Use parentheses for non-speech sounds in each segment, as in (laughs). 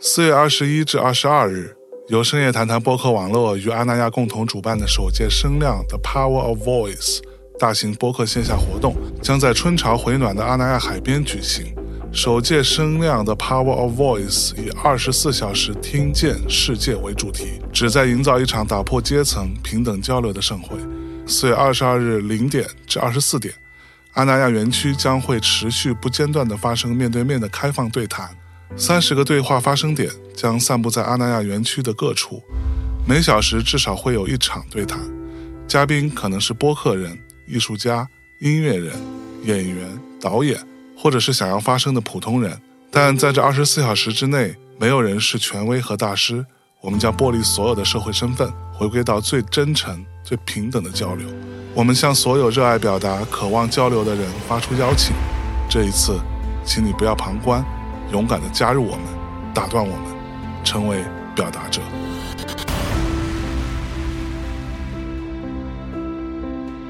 四月二十一至二十二日，由深夜谈谈播客网络与阿那亚共同主办的首届声量的 Power of Voice 大型播客线下活动将在春潮回暖的阿那亚海边举行。首届声量的 Power of Voice 以二十四小时听见世界为主题，旨在营造一场打破阶层、平等交流的盛会。四月二十二日零点至二十四点，阿那亚园区将会持续不间断地发生面对面的开放对谈，三十个对话发生点将散布在阿那亚园区的各处，每小时至少会有一场对谈，嘉宾可能是播客人、艺术家、音乐人、演员、导演，或者是想要发声的普通人。但在这二十四小时之内，没有人是权威和大师。我们将剥离所有的社会身份，回归到最真诚、最平等的交流。我们向所有热爱表达、渴望交流的人发出邀请。这一次，请你不要旁观，勇敢地加入我们，打断我们，成为表达者。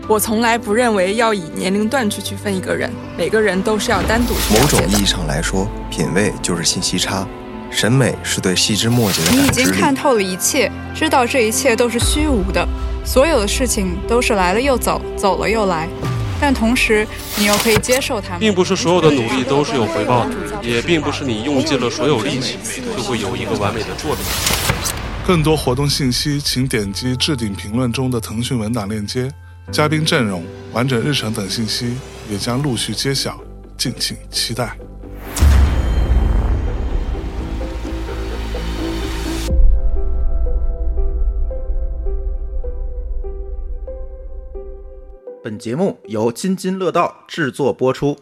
我从来不认为要以年龄段去区分一个人，每个人都是要单独去某了种解的意义上来说，品味就是信息差，审美是对细枝末节的你已感知经看力。透了一切，知道这一切都是虚无的，所有的事情都是来了又走，走了又来。但同时，你又可以接受它们。并不是所有的努力都是有回报的，也并不是你用尽了所有力气就会有一个完美的作品。更多活动信息，请点击置顶评论中的腾讯文档链接。嘉宾阵容、完整日程等信息也将陆续揭晓，敬请期待。本节目由津津乐道制作播出。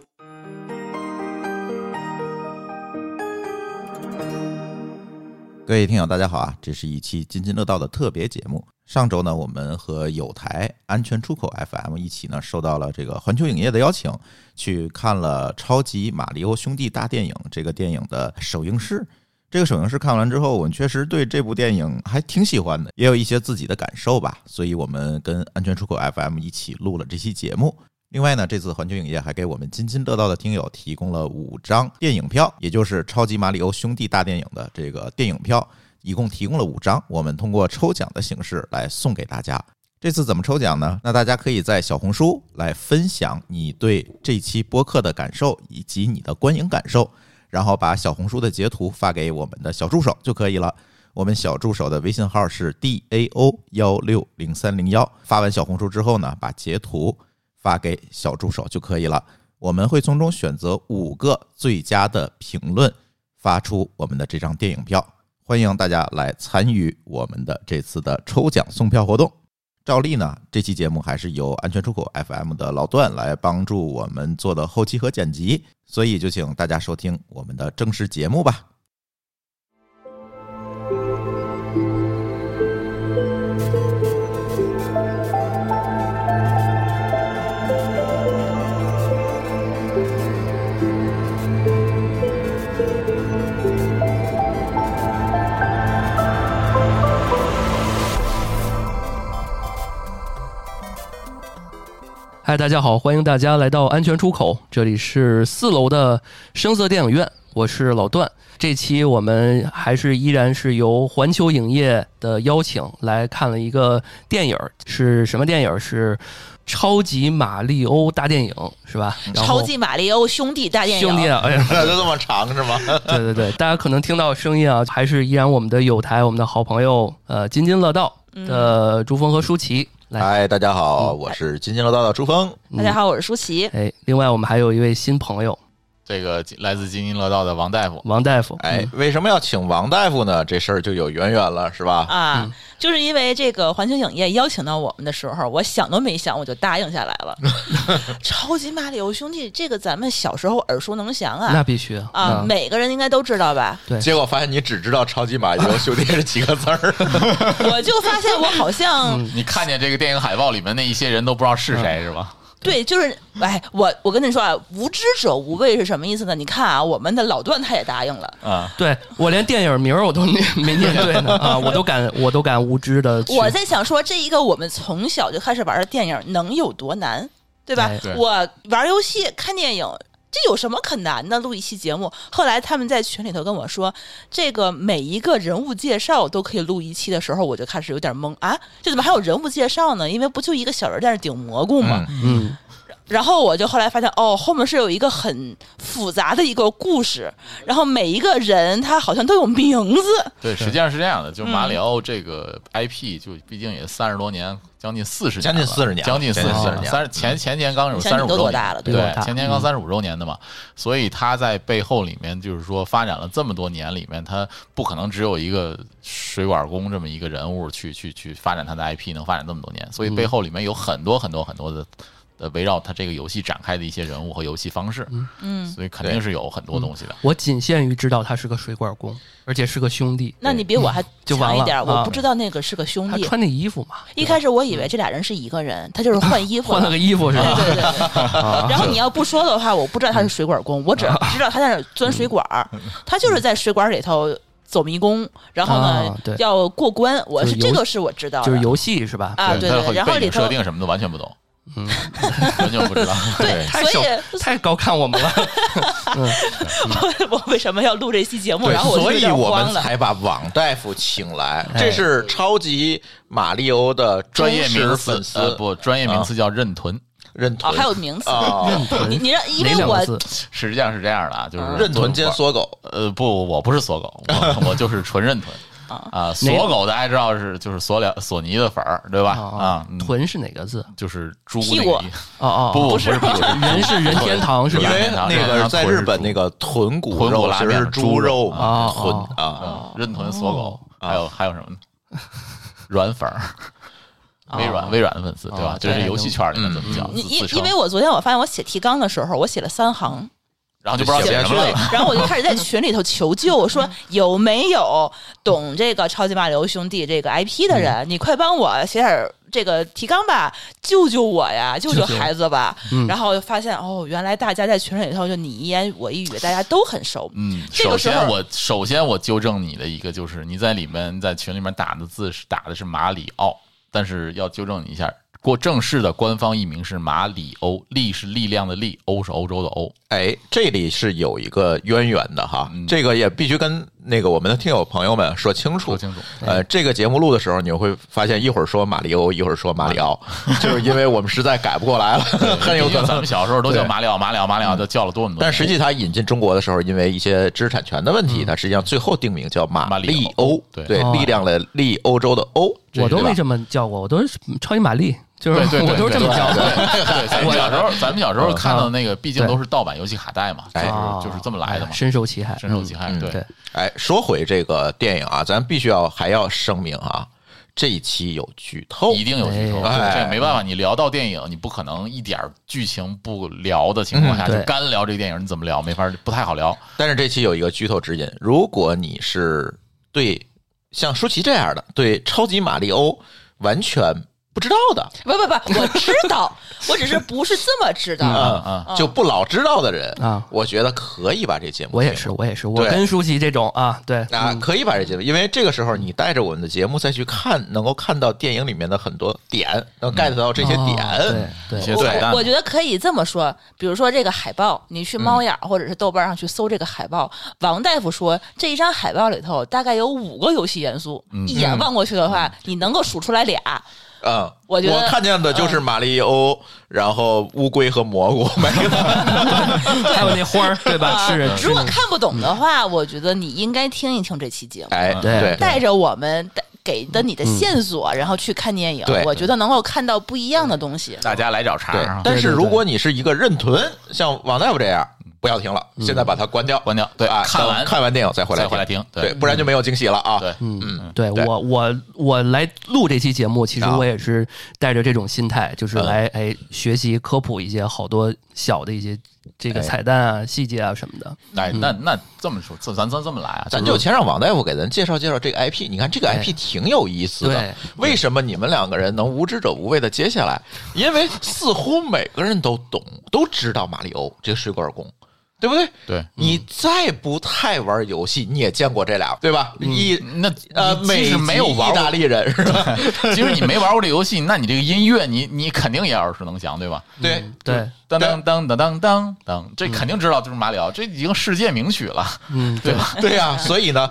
各位听友，大家好啊！这是一期津津乐道的特别节目。上周呢，我们和有台安全出口 FM 一起呢，受到了这个环球影业的邀请，去看了《超级马里奥兄弟大电影》这个电影的首映式。这个首映式看完之后，我们确实对这部电影还挺喜欢的，也有一些自己的感受吧。所以，我们跟安全出口 FM 一起录了这期节目。另外呢，这次环球影业还给我们津津乐道的听友提供了五张电影票，也就是《超级马里奥兄弟大电影》的这个电影票，一共提供了五张，我们通过抽奖的形式来送给大家。这次怎么抽奖呢？那大家可以在小红书来分享你对这期播客的感受以及你的观影感受，然后把小红书的截图发给我们的小助手就可以了。我们小助手的微信号是 d a o 幺六零三零幺。发完小红书之后呢，把截图发给小助手就可以了。我们会从中选择五个最佳的评论，发出我们的这张电影票。欢迎大家来参与我们的这次的抽奖送票活动。照例呢，这期节目还是由安全出口 FM 的老段来帮助我们做的后期和剪辑，所以就请大家收听我们的正式节目吧。嗨，大家好，欢迎大家来到安全出口，这里是四楼的声色电影院，我是老段。这期我们还是依然是由环球影业的邀请来看了一个电影儿，是什么电影儿？是《超级马里欧大电影》，是吧？然后超级马里奥兄弟大电影，兄弟，哎呀，那就这么长是吗？对对对，大家可能听到声音啊，还是依然我们的友台，我们的好朋友，呃，津津乐道嗯的朱峰和舒淇。(laughs) 来，嗨，大家好，我是津津乐道的朱峰。大嗯家好，我是舒淇。哎，另外我们还有一位新朋友这个来自津津乐道的王大夫，嗯王大夫，哎，为什么要请王大夫呢？这事儿就有渊源了，是 (laughs) 嗯吧？啊，就是因为这个环球影业邀请到我们的时候，我想都没想，我就答应下来 (laughs) 了。超级马里奥兄弟，这个咱们小时候耳熟能详那啊必须啊啊，每个人应该都知 (laughs) 道吧？结果发现你只知道超级马里奥兄弟这几个字儿，我就发现我好嗯像你 (laughs) 看见这个电影海报里面那一些人都不知道是嗯谁是吧？ (laughs) 对，就是哎，我我跟你说啊，无知者无畏是什么意思呢？你看啊，我们的老段他也答应了。啊，对我连电影名儿我都念没念对呢啊，我都敢我都敢无知的去。我在想说，这一个我们从小就开始玩的电影能有多难，对吧？哎对我玩游戏、看电影，这有什么可难的？录一期节目。后来他们在群里头跟我说，这个每一个人物介绍都可以录一期的时候，我就开始有点懵啊，这怎么还有人物介绍呢？因为不就一个小人在那顶蘑菇吗？嗯，然后我就后来发现，哦，后面是有一个很复杂的一个故事，然后每一个人他好像都有名字，对，实际上是这样的，就马里嗯奥这个 IP 就毕竟也三十多年，将近四十，将近40年了将近四十将近40年，年三十前前年刚有你想三十你五都周多年，大了对对吧前年刚三十五周年的嘛，所以他在背后里面就是说发展了这么多年里面，他不可能只有一个水管工这么一个人物去去去发展他的 IP 能发展这么多年，所以背后里面有很多很多很多的。呃，围绕他这个游戏展开的一些人物和游戏方式，嗯。所以肯定是有很多东西的。我仅限于知道他是个水管工，而且是个兄弟。那你比我还 (laughs) 嗯就完强一了点儿，我啊不知道那个是个兄他弟。穿那衣服嘛，一开始我以为这俩人是一个人，他就是换衣服换了个衣服是对吧？ (laughs) 啊对对对。然后你要不说的话，我不知道他是水管工，我只知道他在那儿钻水管儿，嗯 (laughs) 他就是在水管儿里头走迷宫，然后呢啊对要过关。我是就是游这个是我知道的，就是游戏是吧？啊对他对，然后背里景设头定什么的完全不懂，嗯， (laughs) 完全不知道。对太所小以太高看我们了。 (laughs) 嗯 (laughs) 我为什么要录这期节目？对然后，我就所有以点我慌们了。才把王大夫请来，哎这是超级马里欧的专业名忠实词粉丝呃不，啊专业啊名词叫认屯。认哦，屯，还有名词，啊，你你让，因哪为两我个字？实际上是这样的啊，就是认屯兼锁缩狗，呃不，我不是锁狗， (laughs) 我我就是纯认屯啊啊。哪哦锁狗大家知道是就是索了索尼的粉儿对吧？啊，嗯臀是哪个字？就是猪屁那股个意哦哦，不哦不是屁股，人是任天堂是吧因为然后那个在日本那个个豚骨豚骨肉拉其实面是猪肉嘛，猪肉豚哦啊，嗯认屯锁狗，哦还有还有什么呢？软粉儿，微软微软的粉丝对吧哦？这是对嗯游戏圈里面怎么叫啊你自自因称因为我昨天我发现我写提纲的时候，我写了三行，然后啊就不知道写写不什么下了去嗯对。， (laughs) 然后我就开始在群里头求救，我说有没有懂这个《超级马里奥兄弟》这个 IP 的人，嗯你快帮我写点儿这个提纲吧，救救我呀，救救孩子吧。嗯然后我就发现哦，原来大家在群里头就你一言我一语，大家都很熟。嗯，这首个时候先我首先我纠正你的一个就是你在里面在群里面打的字是打的是马里奥，但是要纠正你一下，过正式的官方译名是马里欧，力是力量的力，欧是欧洲的欧。哎，这里是有一个渊源的哈，嗯这个也必须跟那个我们的听友朋友们说清楚。说清楚呃，这个节目录的时候，你会发现一会儿说马里欧，一会儿说马里 (laughs) 奥，就是因为我们实在改不过来了， (laughs) 很有毕可竟咱能们。小时候都叫对马里奥，马里奥，马里奥，都叫了多么多年。但实际它引进中国的时候，因为一些知识产权的问题，它实际上最后定名叫马里欧，嗯马里欧对哦力量的力，欧洲的欧，我都没么。这么叫过，我都是超级玛丽，就是对对对我都是这么叫对的。对对，咱们小时候，咱们小时候看到那个，毕竟对都是盗版游戏卡带嘛，就哎是就是这么来的嘛哎，深受其害，深受其害。嗯对对，哎，说回这个电影啊，咱必须要还要声明啊，这一期有剧透，一定有剧透，哦哎这没办法。你聊到电影，你不可能一点儿剧情不聊的情况下嗯对就干聊这个电影，你怎么聊？没法，不太好聊。但是这期有一个剧透指引，如果你是对像舒淇这样的对超级马里欧完全不知道的，不不不，我知道，我只是不是这么知嗯道。啊就不老知道的人啊我觉得可以把这节目听我完，也是，我也是，我对跟舒淇这种啊，对啊，嗯可以把这节目，因为这个时候你带着我们的节目再去看，能够看到电影里面的很多点，能 get 到这些哦点，对一对些彩蛋我我觉得可以这么说，比如说这个海报，你去嗯猫眼儿或者是豆瓣上去搜这个海报，王大夫说这一张海报里头大概有五个游戏元素，一眼嗯望过去的话，你能够数出来俩。嗯，我觉得看见的就是马里欧，然后乌龟和蘑菇，没还有那花儿， (laughs) 对吧？啊是，是嗯如果那个看不懂的话，我觉得你应该听一听这期节目，哎，对对带着我们带给的你的线索，然后去看电影对，我觉得能够看到不一样的东西。大家来找茬对儿啊，但是对对如果你是一个认屯，像王大夫这样，不要听了，现在把它关掉，关掉对啊，看完等看完电影再回来再回来听对对，不然就没有惊喜了啊。对，哎嗯，对对我我我来录这期节目，其实啊我也是带着这种心态，就是嗯来哎学习科普一些好多小的一些这个哎彩蛋啊、细节啊什么的。哎，那那这么说，这咱咱这么来啊，嗯咱就就是先让王大夫给咱介绍介绍这个 IP。你看这个哎 IP 挺有意思的对，为什么你们两个人能无知者无畏的接下来？因为似乎每个人都懂，都知道马里欧这个水管工，对不对？对，嗯你再不太玩游戏，你也见过这俩，对吧？一嗯那呃，即美使没有籍玩过意大利人是吧？即使你没玩过这游戏，那你这个音乐，你你肯定也耳熟能详， (laughs) 对嗯吧？对对，当当当当当当当，这肯定知道，就是马里奥，这已经世界名曲 (laughs) 了，嗯，对吧？对呀、所以呢，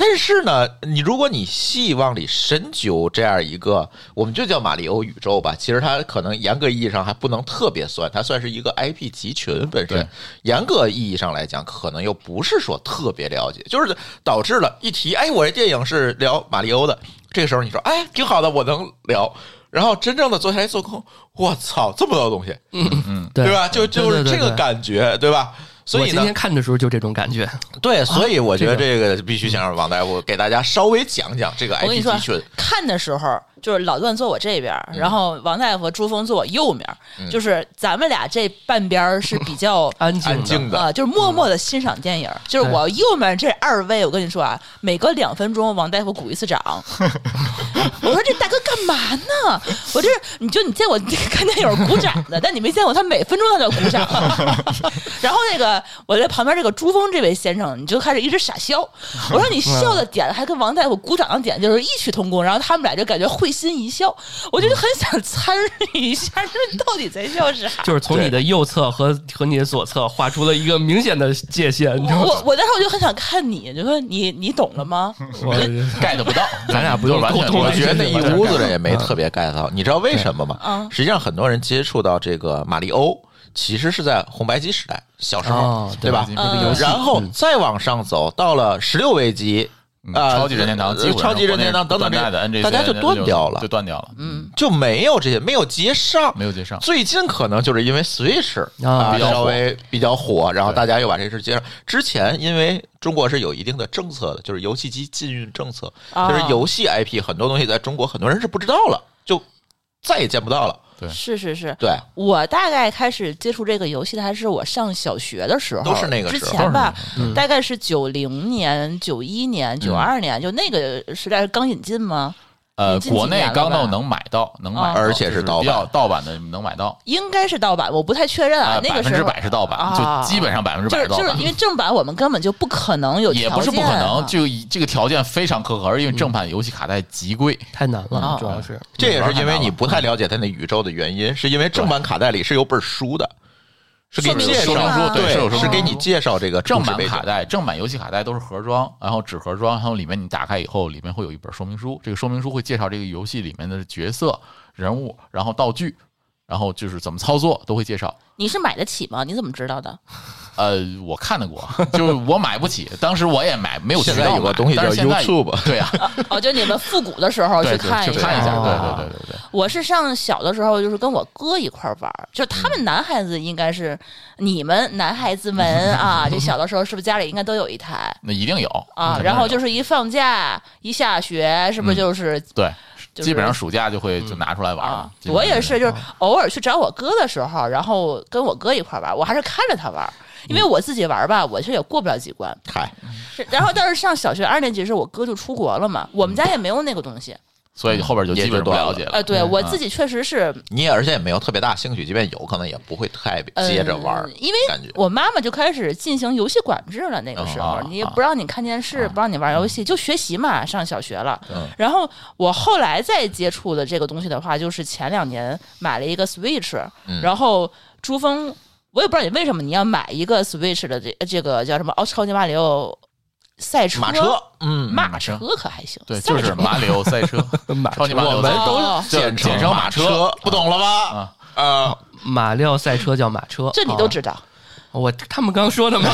但是呢，你如果你细往里深究这样一个，我们就叫马里欧宇宙吧。其实它可能严格意义上还不能特别算，它算是一个 IP 集群本身对。严格意义上来讲，可能又不是说特别了解，就是导致了一提，哎，我这电影是聊马里欧的，这个时候你说，哎，挺好的，我能聊。然后真正的坐下来做空，我操，这么多东西，嗯，对吧？就就是这个。感觉，对吧？所我以呢今，天看的时候就这种感觉，对，所以我觉得啊这个必须想让王大夫给大家稍微讲讲这个我跟你 IP 说集群。，看的时候就是老段坐我这边儿，嗯然后王大夫和朱峰坐我右面儿，嗯就是咱们俩这半边儿是比较 (laughs) 安静的嗯哎安静的啊、就是默默的欣赏电影儿。就是我右面这二位，我跟你说啊，每隔两分钟王大夫鼓一次掌。我说这大哥干嘛呢？我这你就你见我看电影鼓掌的，但你没见过他每分钟他都 (laughs) 鼓掌。然后那个我在旁边这个珠峰这位先生，你就开始一直傻笑。 (laughs) 我说你笑的点还跟王大夫鼓掌的点就是异曲同工，然后他们俩就感觉会心一笑。我就很想参与一下，这到底在笑啥？就是从你的右侧和和你的左侧画出了一个明显的界限，你知道我吗？我当时我就很想看你，就说你你懂了吗？ (laughs) 我 get 不到，咱俩不就用是完沟全通，我觉得那一屋子人也没嗯特别 get 到，你知道为什么吗嗯？实际上，很多人接触到这个马里欧，其实是在红白机时代，小时候哦，对吧对？那个游戏嗯然后再往上走，到了十六位机嗯啊，超级任天堂，基呃本上超级任天堂等等国这内的些， NGC 大家就断掉了就，断掉了，嗯，就没有这些，没有接上。没有接上。最近可能就是因为 Switch 啊比较火稍微比较火，然后对大家又把这事接上。之前因为中国是有一定的政策的，就是游戏机禁运政策，啊就是 (laughs) 游戏 IP 很多东西在中国很多人是不知道了，就再也见不到了。是是是，对，我大概开始接触这个游戏的还是我上小学的时候，都是那个时之候前吧，嗯大概是九零年、九一年、九二年，就那个时代是刚引进吗？呃，已嗯经几国内年了刚吧到能买到，能买啊到，而且就是盗版比较盗版的能买到，应该是盗版，我不太确认啊啊，。那百个分时之候百是盗版，啊就基本上百分之就百是盗就是版因。为正版我们根本就不可能有条件也啊，嗯不是不可能，就以这个条件非常苛刻，而因为正版游戏卡带极贵，太难了哦啊，主要是这也是因为你不太了解它那宇宙的原因，是因为正版卡带里是有本书的，是给你介说明绍书啊对是有说明对，书是给你介绍这个正版故事背景卡带、正版游戏卡带都是盒装，然后纸盒装，然后里面你打开以后，里面会有一本说明书，这个说明书会介绍这个游戏里面的角色、人物，然后道具，然后就是怎么操作都会介绍。你是买得起吗？你怎么知道的？呃，我看得过， (laughs) 就是我买不起，当时我也买没有渠 (laughs) 现在道有个买，东西叫但是现在 (laughs) YouTube 对啊，哦，就你们复古的时候对哦去对看去一看一下，对啊对对对对。我是上小的时候，就是跟我哥一块儿玩儿，就他嗯们男孩子应该是你们男孩子们啊，就小的时候是不是家里应该都有一台那一嗯定有啊？然后就是一放假一下学，是不是就是对，就是基本上暑假就会就拿出来玩儿哦啊？基本我上也是，就是偶尔去找我哥的时候，然后跟我哥一块儿玩儿，我还是看着他玩儿，嗯因为我自己玩儿吧，我是也过不了几关。嗨，是然后但是上小学二年级时，我哥就出国了嘛，我们家也没有那个东西。所以后边就基本不嗯了嗯解呃，了。对我自己确实是你也而且也没有特别大兴趣，即便有可能也不会太呃接着玩儿嗯，因为感觉啊我妈妈就开始进行游戏管制了。那个时候哦，你也不让你看电视，不让你玩游戏，就学习嘛。上小学了嗯，然后我后来再接触的这个东西的话，就是前两年买了一个 Switch，嗯然后珠峰，我也不知道你为什么你要买一个 Switch 的这这个叫什么奥超级马里奥赛车马车，嗯，马车可还行，对，赛就是车马里奥赛 (laughs) 车，马超级马里奥我们赛车，哦就简简称称马车，不懂了吧？啊，啊，马料赛车叫马车，啊这你都知道。我他们刚说 (laughs) 的嘛，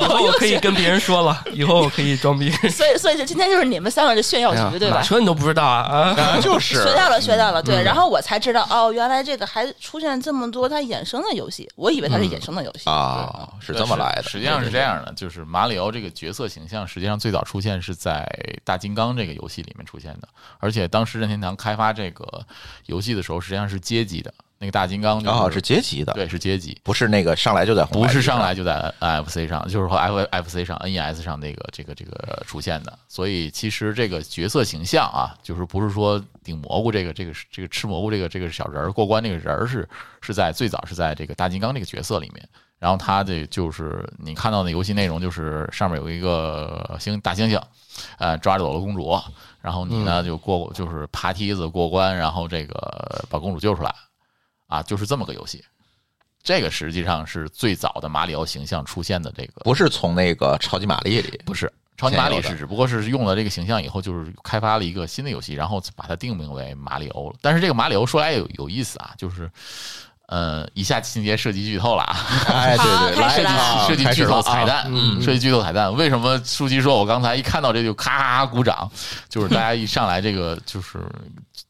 以 (laughs) 后我可以跟别人说了，以后我可 (laughs) 以装逼。所以，所以就今天就是你们三个的炫耀哎呀局，对吧马？车你都不知道啊？啊就是 (laughs) 学到了，学到了，对。嗯然后我才知道，哦，原来这个还出现这么多它衍生的游戏，我以为嗯它是衍生的游戏。啊，是这么来的。实际上是这样的，就是马里奥这个角色形象，实际上最早出现是在《大金刚》这个游戏里面出现的，而且当时任天堂开发这个游戏的时候，实际上是街机的。那个大金刚、就是，正好哦是街机的，对，是街机，不是那个上来就在红不白是机上来就在 FC 上，就是和 F FC 上、NES 上那个这个这个出现的。所以其实这个角色形象啊，就是不是说顶蘑菇这个这个这个吃蘑菇这个这个小人儿过关这个人儿是是在最早是在这个大金刚这个角色里面。然后他的就是你看到的游戏内容，就是上面有一个星大猩猩，呃，抓走了公主，然后你嗯呢就过就是爬梯子过关，然后这个把公主救出来，啊，就是这么个游戏。这个实际上是最早的马里奥形象出现的这个，不是从那个超级玛丽里，不是超级马里现是有的只不过是用了这个形象以后，就是开发了一个新的游戏，然后把它定名为马里欧了。但是这个马里欧说来有有意思啊，就是。呃，以下情节涉及剧透了啊！哎对对啊好开始来了涉及剧透彩蛋开始了啊，嗯涉及剧透彩蛋。为什么舒淇说我刚才一看到这就咔咔咔鼓掌？就是大家一上来这个就是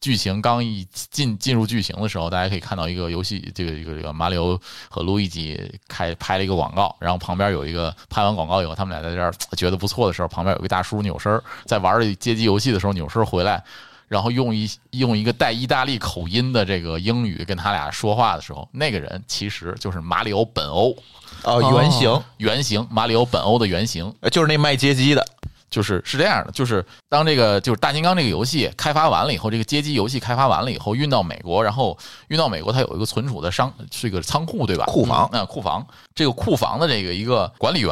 剧情刚一进进入剧情的时候，大家可以看到一个游戏，这个这个这个马里奥和路易吉开拍了一个广告，然后旁边有一个拍完广告以后，他们俩在这儿呃觉得不错的时候，旁边有一个大叔扭身儿在玩儿街机游戏的时候扭身儿回来。然后用一用一个带意大利口音的这个英语跟他俩说话的时候，那个人其实就是马里奥本欧哦原型哦原型马里奥本欧的原型，呃就是那卖街机的，就是是这样的，就是当这个就是大金刚这个游戏开发完了以后，这个街机游戏开发完了以后，运到美国，然后运到美国，它有一个存储的商这个仓库对吧？库房嗯，那库房这个库房的这个一个管理员。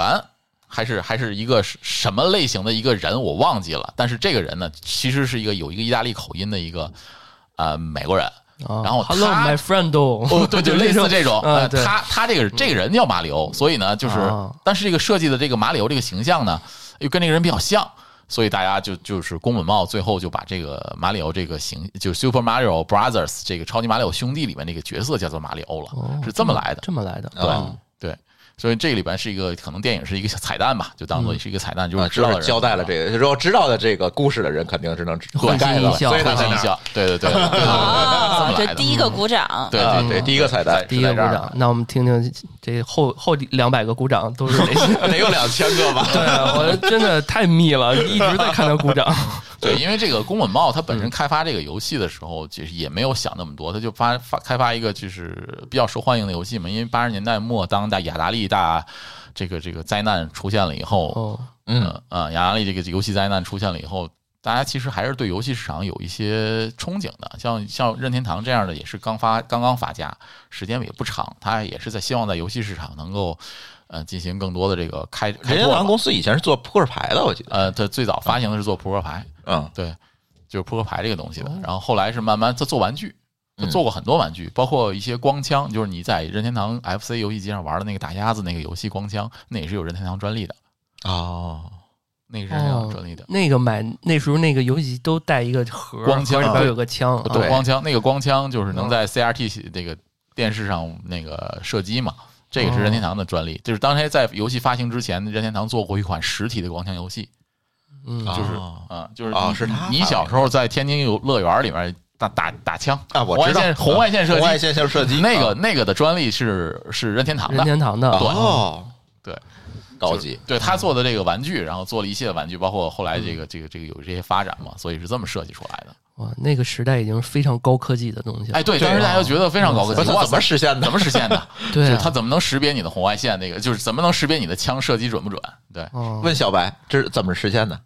还是还是一个是什么类型的一个人，我忘记了。但是这个人呢，其实是一个有一个意大利口音的一个呃美国人。啊嗯然后他，Hello my friend，哦哦，对，就 (laughs) 类似这种，啊，呃，对，他他这个这个人叫马里欧，所以呢，就是啊，但是这个设计的这个马里欧这个形象呢，又跟这个人比较像，所以大家就就是宫本茂最后就把这个马里欧这个形，就 Super Mario Brothers 这个超级马里奥兄弟里面那个角色叫做马里欧了，是这么来的，哦嗯这么来的，对对，所以这个里边是一个可能电影是一个小彩蛋吧，就当做是一个彩蛋，就是啊，知知道道的人交代了这个，如果知道的这个故事的人肯定是能会盖心了，一笑，所以他会在心那一儿笑，对对对对对对，这啊么，来这的嗯第一个鼓掌，对啊对对，第一个彩哎蛋，第一个鼓掌，那我们听听这后后两百个鼓掌都是谁？ (laughs) (laughs) 得有两千个吧？对啊，我真的太密了，一直在看他鼓 (laughs) 掌。对，因为这个宫本茂他本嗯身开发这个游戏的时候，其实也没有想那么多，他就发发开发一个就是比较受欢迎的游戏嘛。因为八十年代末，当大雅达利大这个这个灾难出现了以哦哦后，嗯啊、雅达利这个游戏灾难出现了以后。大家其实还是对游戏市场有一些憧憬的，像像任天堂这样的也是刚发刚刚发家，时间也不长，他也是在希望在游戏市场能够，呃，进行更多的这个开开拓吧。任天堂公司以前是做扑克牌的，我记得。呃，它最早发行的是做扑克牌，嗯，对，就是扑克牌这个东西的。然后后来是慢慢它做玩具，它做过很多玩具，包括一些光枪，就是你在任天堂 FC 游戏机上玩的那个打鸭子那个游戏光枪，那也是有任天堂专利的。哦，那个是任天堂哦专利的。，那个买那时候那个游戏机都带一个盒，光枪盒里边有个枪，呃对，啊光枪那个光枪就是能在 CRT 那个电视上那个射击嘛，这个是任天堂的专利。就是当时在游戏发行之前，任天堂做过一款实体的光枪游戏，嗯就是哦啊，就是哦你是他你发小明时候在天津游乐园里面打打打枪啊我红外知道线红外线射击，红外线射击那个啊那个的专利是是任天堂的，啊任天堂的对哦，对，高级嗯对他做的这个玩具，然后做了一系列玩具，包括后来这个这个这个有这些发展嘛，所以是这么设计出来的。哇，那个时代已经是非常高科技的东西了。哎，对，当时大家就觉得非常高科技，不是哇嗯怎么实现的怎么实现的？对 (laughs) 啊就是他怎么能识别你的红外线？那个就是怎么能识别你的枪射击准不准？对，哦 (laughs) 问小白，这是怎么实现的？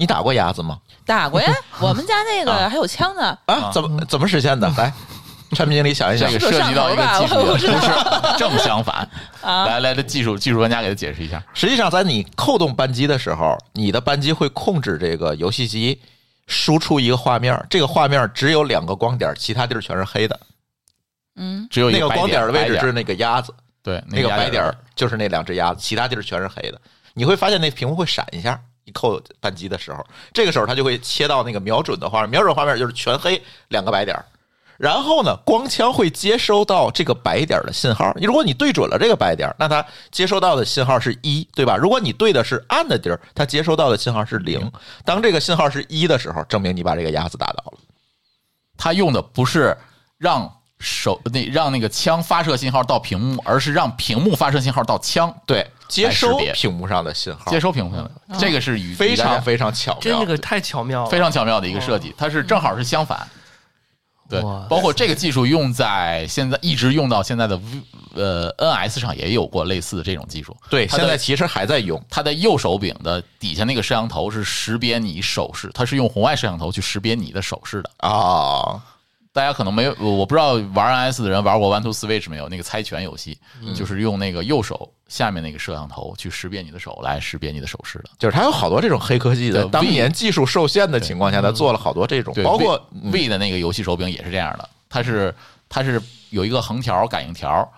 你打过鸭子吗？(laughs) 打过呀，我们家那个还有枪呢，啊，怎么怎么 (laughs) 实现的？来，产品经理想一想嗯这个，涉及到一个技术我的，不不知是道正相反。啊来来，这技术技术专家给他解释一下。实际上，在你扣动扳机的时候，你的扳机会控制这个游戏机输出一个画面，这个画面只有两个光点，其他地儿全是黑的。嗯，只有一那个白光点的位白置就是点那个鸭子，对那个个白点儿儿就是那两只鸭子，其他地儿全是黑的。你会发现那屏幕会闪一下，你扣扳机的时候，这个时候它就会切到那个瞄准的画面，瞄准画面就是全黑两个白点儿。然后呢，光枪会接收到这个白点儿的信号。如果你对准了这个白点儿，那它接收到的信号是一，对吧？如果你对的是暗的地儿，它接收到的信号是零。当这个信号是一的时候，证明你把这个鸭子打倒了。他用的不是让手那让那个枪发射信号到屏幕，而是让屏幕发射信号到枪，对，接收来识别屏幕上的信号，接收屏幕上的。这个是与哦非与大常家非常巧妙。真这个太巧妙了，非常巧妙的一个设计，它是正好是相反。对哇，包括这个技术用在现在一直用到现在的 V- 呃 NS 上也有过类似的这种技术。对它的现在其实还在用。它的右手柄的底下那个摄像头是识别你手势，它是用红外摄像头去识别你的手势的啊。大家可能没有，我我不知道玩 NS 的人玩过 One Two Switch 没有？那个猜拳游戏、嗯就是用那个右手下面那个摄像头去识别你的手，来识别你的手势的。就是它有好多这种黑科技的，对当嗯 V- 年技术受限的情况下，它做了好多这种，对，包括嗯 V, V 的那个游戏手柄也是这样的，它是它是有一个横条感应条。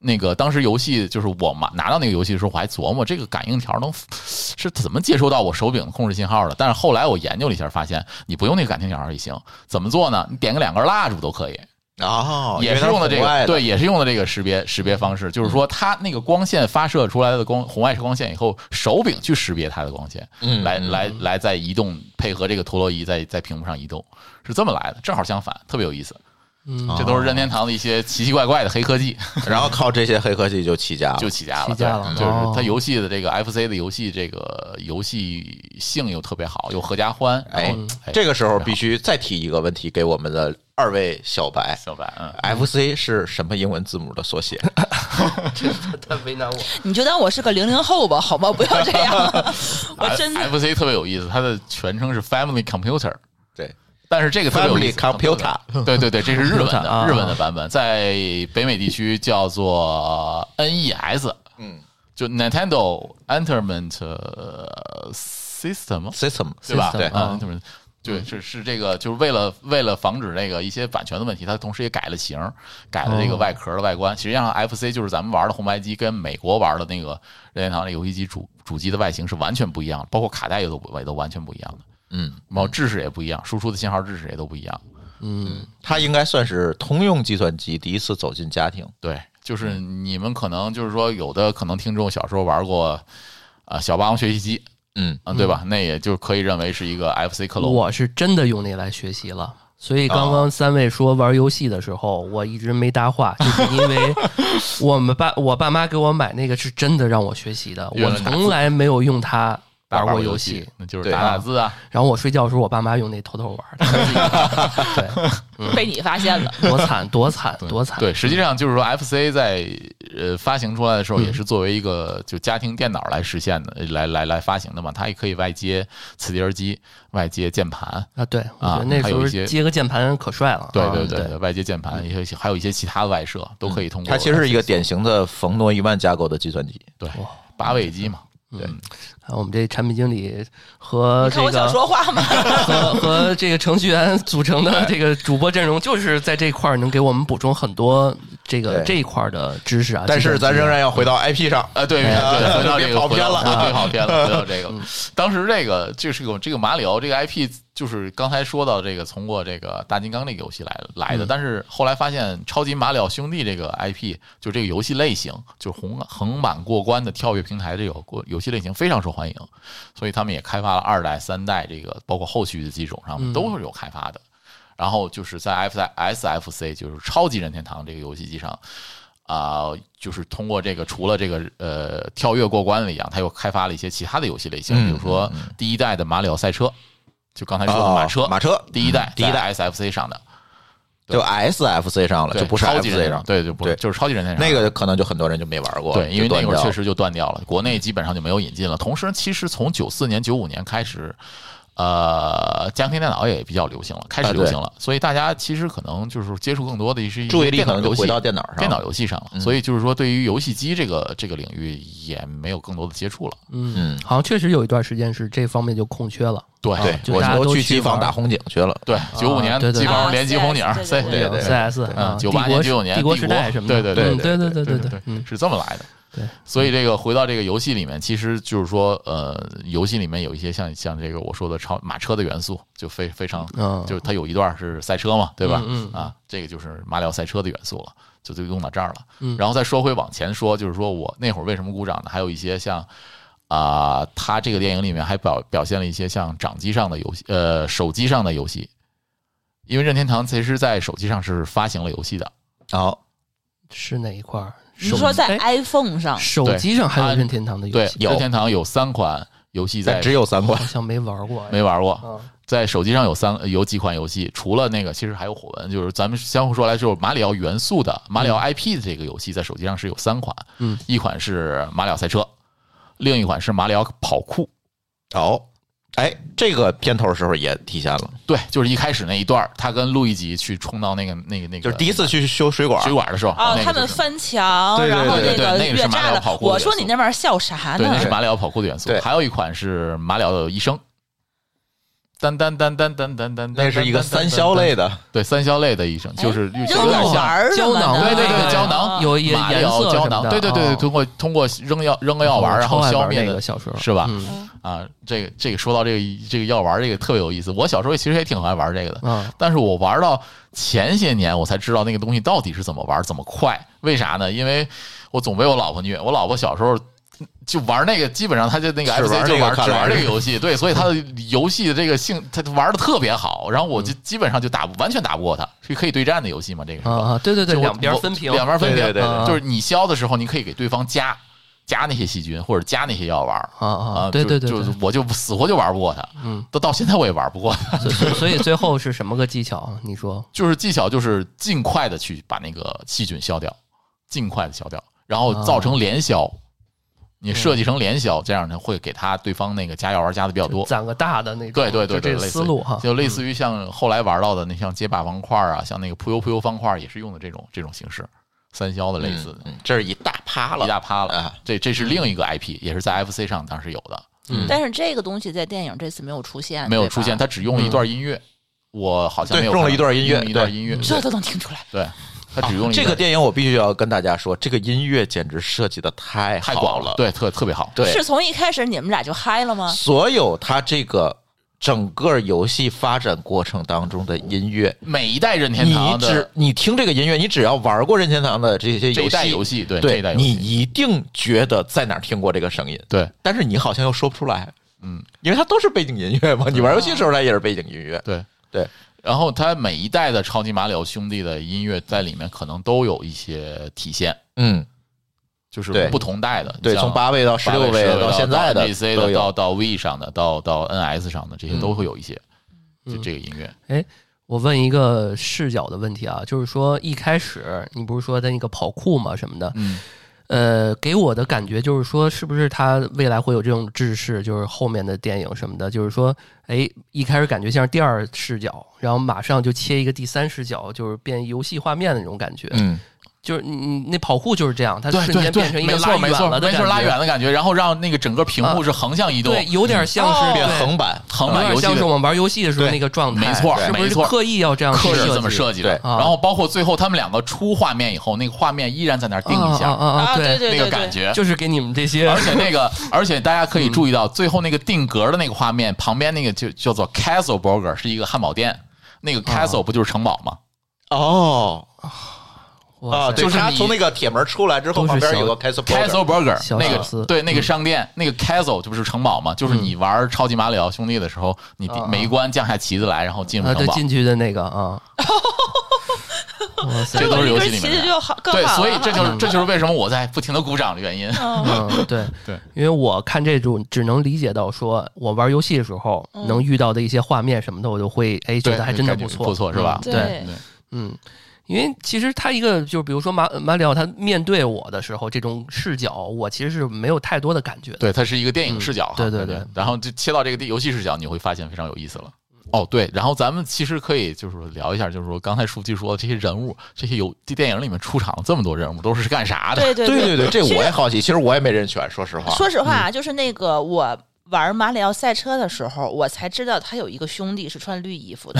那个当时游戏就是我拿拿到那个游戏的时候，我还琢磨这个感应条能 (laughs) 是怎么接收到我手柄的控制信号的。但是后来我研究了一下，发现你不用那个感应条也行。怎么做呢？你点个两根蜡烛都可以。哦，也是用的这因为它是红外个，的嗯对，也是用的这个识别识别方式，就是说它那个光线发射出来的光红外光线以后，手柄去识别它的光线，嗯来嗯来来再移动，配合这个陀螺仪在在屏幕上移动，是这么来的，正好相反，特别有意思。嗯这哦都是任天堂的一些奇奇怪怪的黑科技，啊 (laughs) 然后靠这些黑科技就起家了，就起家了，起家了对就是它哦游戏的这个 FC 的游戏，这个游戏性又特别好，又合家欢，嗯然哎后，这个时候特别好必须再提一个问题给我们的二位小白。小白，嗯， FC 是什么英文字母的缩写？太为难我。你就当我是个零零后吧，好吗？不要这 (laughs) 样，我真的 FC 特别有意思，它的全称是 Family Computer。对，但是这 (laughs) 个特别有意思 Family Computer (laughs) 对对对，这是日文 (laughs) 啊的日文的版本，在北美地区叫做 NES，嗯，就 Nintendo Entertainment 呃 System， ，System 对吧？ System，啊嗯 Entertainment 对，是是这个，就是为了为了防止那个一些版权的问题，它同时也改了型儿，改了这个哦外壳的外观。实际上，FC 就是咱们玩的红白机跟美国玩的那个任天堂的游戏机主主机的外形是完全不一样的，包括卡带也都不也都完全不一样的，嗯，然后制式也不一样，输出的信号制式也都不一样。嗯，它应该算是通用计算机第一次走进家庭。对，就是嗯你们可能就是说，有的可能听众小时候玩过啊、呃小霸王学习机，嗯，啊，对吧？那也就可以认为是一个 FC 克隆。我是真的用那来学习了。所啊以刚刚三位说玩游戏的时候，我一直没搭话，就是因 (laughs) 为我们爸我爸妈给我买那个是真的让我学习的，原我来打字从来没有用它打玩过游戏。，那就是对打啊打字啊，然后我睡觉的时候，我爸妈用那偷偷玩 (laughs) 儿，他们自己玩儿哎被你发现嗯了。对，多惨多惨对多惨。对，实际上就是说，FC 在呃发行出来的时嗯候，也是作为一个就家庭电脑来实现的，来来来发行的嘛。它也可以外接磁碟机、外接键盘，啊，对，我觉啊得那还时有候一些接个键盘可帅了啊。对对对对，外接键盘，也有一些还有一些其他的外设都可以通过 FC 做。它其实是一个典型的冯诺依曼架构的计算机。对八位机嘛，对，啊我们这产品经理和你这看我想个说话 (laughs) 吗？和和这个程序员组成的这个主播阵容，就是在这块儿能给我们补充很多这个对这一块儿的知识啊。但是咱基本仍然要回到 IP 上，啊，对，对，回到这别个，跑回到偏了对对，跑偏了，嗯回到这个。当时这个就是个这个马里奥这个 IP，就是刚才说到这个通过这个大金刚这个游戏来来的，但是后来发现超级马里奥兄弟这个 IP，就这个游戏类型，就是横横版过关的跳跃平台这个过游戏类型非常受欢迎，所以他们也开发了二代、三代，这个包括后续的几种上嗯面都是有开发的。然后就是在 F S F C，就是超级任天堂这个游戏机上，啊、就是通过这个除了这个呃跳跃过关了一样，它又开发了一些其他的游戏类型，嗯比如说第一代的马里奥赛车，就刚才说的马车，哦马车第一代第一代 S F C 上的，就 SFC 上了，对就不是超级任 FC 天上堂，。对，就不对就是超级任天堂那个可能就很多人就没玩过，对，因为就那断会儿掉确了实就断掉了，国内基本上就没有引进了。同时，其实从九四年、九五年开始，呃，家庭电脑也比较流行了，开始啊流对行了，所以大家其实可能就是接触更多的是一些注意力电可脑能就游戏回到电脑上了，嗯电脑游戏上了，所以就是说，对于游戏机这个这个领域也没有更多的接触了。嗯，好像确实有一段时间是这方面就空缺了。对对就我大家都都去去机房玩打红警去了。啊对，九五年对对机啊房联机红警， CS 对对对对 CS 啊，嗯，九八年、帝国九九年帝国时代什么的，对对嗯对对对对对对对，嗯是这么来的。对，所以这个回到这个游戏里面，其实就是说，呃，游戏里面有一些像像这个我说的超马车的元素，就非非常，嗯就是它有一段是赛车嘛，对吧？嗯嗯啊，这个就是马里奥赛车的元素了，就就用到这儿了。嗯然后再说回往前说，就是说我那会儿为什么鼓掌呢？还有一些像。啊、它这个电影里面还表表现了一些像掌机上的游戏，呃，手机上的游戏，因为任天堂其实，在手机上是发行了游戏的，哦，是哪一块儿？你手说在哎 iPhone 上，手机上还有任天堂的游啊对戏，，任天堂有三款游戏在但只有三我款好像没玩过哎。没玩过，啊，在手机上有三有几款游戏，除了那个，其实还有火纹，就是咱们相互说来就是马里奥元素的马里奥 IP 的这个游戏，在手机上是有三款，嗯，一款是马里奥赛车，另一款是马里奥跑酷，哦，哎，这个片头时候也体现了，对，就是一开始那一段，他跟路易吉去冲到那个那个那个，就是第一次去修水管水管的时候，哦那，个他就们是翻墙，对对然后对对个那个是越马里栅奥栏跑。酷的我说元素你那边笑啥对，呢那？是马里奥跑酷的元素对，还有一款是马里奥的一生。单单单单单单单，那是一个三消类的，对三消类的医哎生，就是有哎扔点药丸像儿哎什胶么的，囊对对对啊胶囊有也马里颜奥胶色什么囊，的对对对对，哦通过通过扔药扔个药丸儿，我然超后爱消玩灭那个的，小时候是吧嗯啊，这个这个说到这个这个药丸儿，这个特别有意思。我小时候其实也挺爱玩这个的，啊，但是我玩到前些年，我才知道那个东西到底是怎么玩，怎么快。为啥呢？因为我总被我老婆虐。我老婆小时候就玩那个，基本上她就那个只 FC 玩就这个玩看只玩来这是个游戏，对，所以她的游戏的这个性，她玩的特别好。然后我就基本上就打不完全打不过她，是可以对战的游戏嘛？这个是啊吧？啊，对对对，就我两边我分屏，两边分对屏，对对对就是你消的时候，你可以给对方加加那些细菌或者加那些药丸儿啊啊，啊，对就对对，就对是我就死活就玩不过他，嗯，到到现在我也玩不过他。所所所以最后是什么个技巧？啊你说就是技巧就是尽快的去把那个细菌消掉，尽快的消掉，然啊后造成连消。你设嗯计成连消，这样呢会给他对方那个加药丸加的比较多。攒个大的那种，对对对就对，这个类似思于路哈，嗯就类似于像后来玩到的那像街霸方块啊，像那个扑悠扑悠方块也是用的这种这种形式，三消的类似的嗯，嗯这是一大趴了，一大趴了啊。嗯这这是另一个 IP，也是在 FC 上当时有的。但是这个东西在电影这次没有出现，嗯没有对吧出现，，他只用了一段音乐，我好像对没有用了看一到段音乐用了一段对音乐，这都能听出来。对，他只用了一这段个电影，我必须要跟大家说，这个音乐简直设计的太太好广了，，对，特特别好，对是从一开始你们俩就嗨了啊吗？所有它这个整个游戏发展过程当中的音乐，每一代任天你堂只的你听这个音乐，你只要玩过任天堂的这些这一代游游戏，对对这一代游你戏，一定觉得在哪儿听过这个声音，对但是你好像又说不出来，嗯，因为它都是背景音乐嘛。你玩游戏的时候它也是背景音乐，对对。然后他每一代的超级马里奥兄弟的音乐在里面可能都有一些体现，嗯，就是对不同代的，对，像从八位到十六八位位到现在的 PC 都的有到到 V 上的到到 NS 上的这些嗯都会有一些，就嗯这个音乐，我问一个视角的问题啊，就是说一开始你不是说在那个跑酷嘛什么的，嗯，呃，给我的感觉就是说，是不是他未来会有这种制式，就是后面的电影什么的，就是说，哎，一开始感觉像是第二视角，然后马上就切一个第三视角，就是变游戏画面的那种感觉，嗯，就是你你那跑酷就是这样，它对瞬对间变对，成一没个错拉没远错了的没感错，觉，拉远的感觉，然后让那个整个屏幕啊是横向移动，对，有点像是变对横版，嗯哦横有版游戏点像的是我们玩游戏的时候对那个状态，没错是不没是错刻意要这样去刻意计这么设计的。对啊然后包括最后他们两个出画面以后，那个画面依然在那儿定一啊下，啊啊啊啊！对对那个对感对，觉。就是嗯给你们这些而且那个，而且大家可以注意到，最后那个定格的那个画面旁边那个就叫做 Castle Burger，是一个汉堡店。那哦个 Castle 不就是城堡吗？哦哇啊，塞对就是他你从那个铁门出来之后，都是旁边有小个 Castle Burger Castle Burger 小嗯那巧思个对那个商店，那个 Castle 这不是城堡吗？就是你玩超级马里奥兄弟的时候，你啊啊每一关降下旗子来，然后进入啊，城对，堡。进去的那个 (laughs) 啊，哇塞，这都是游戏里面的其实就好更对，好所了。以这就是嗯这就是为什么我在不停的鼓掌的原因。嗯，对对，因为我看这种只能理解到说，我玩游戏的时候嗯能遇到的一些画面什么的，我就会哎觉对，得还真的感觉错，不错是吧？嗯对，对嗯。因为其实他一个就是，比如说马马里奥，他面对我的时候，这种视角我其实是没有太多的感觉的。对，它是一个电影视角哈、嗯对对对对然后就切到这个地游戏视角，你会发现非常有意思了。哦，对，然后咱们其实可以就是说聊一下，就是说刚才书记说的这些人物，这些游这电影里面出场了这么多人物都是干啥的？对对对对对，这其实我也好奇，其实我也没认全，说实话。说实嗯话啊，就是那个我。玩马里奥赛车的时候，我才知道他有一个兄弟是穿绿衣服 (laughs) 的，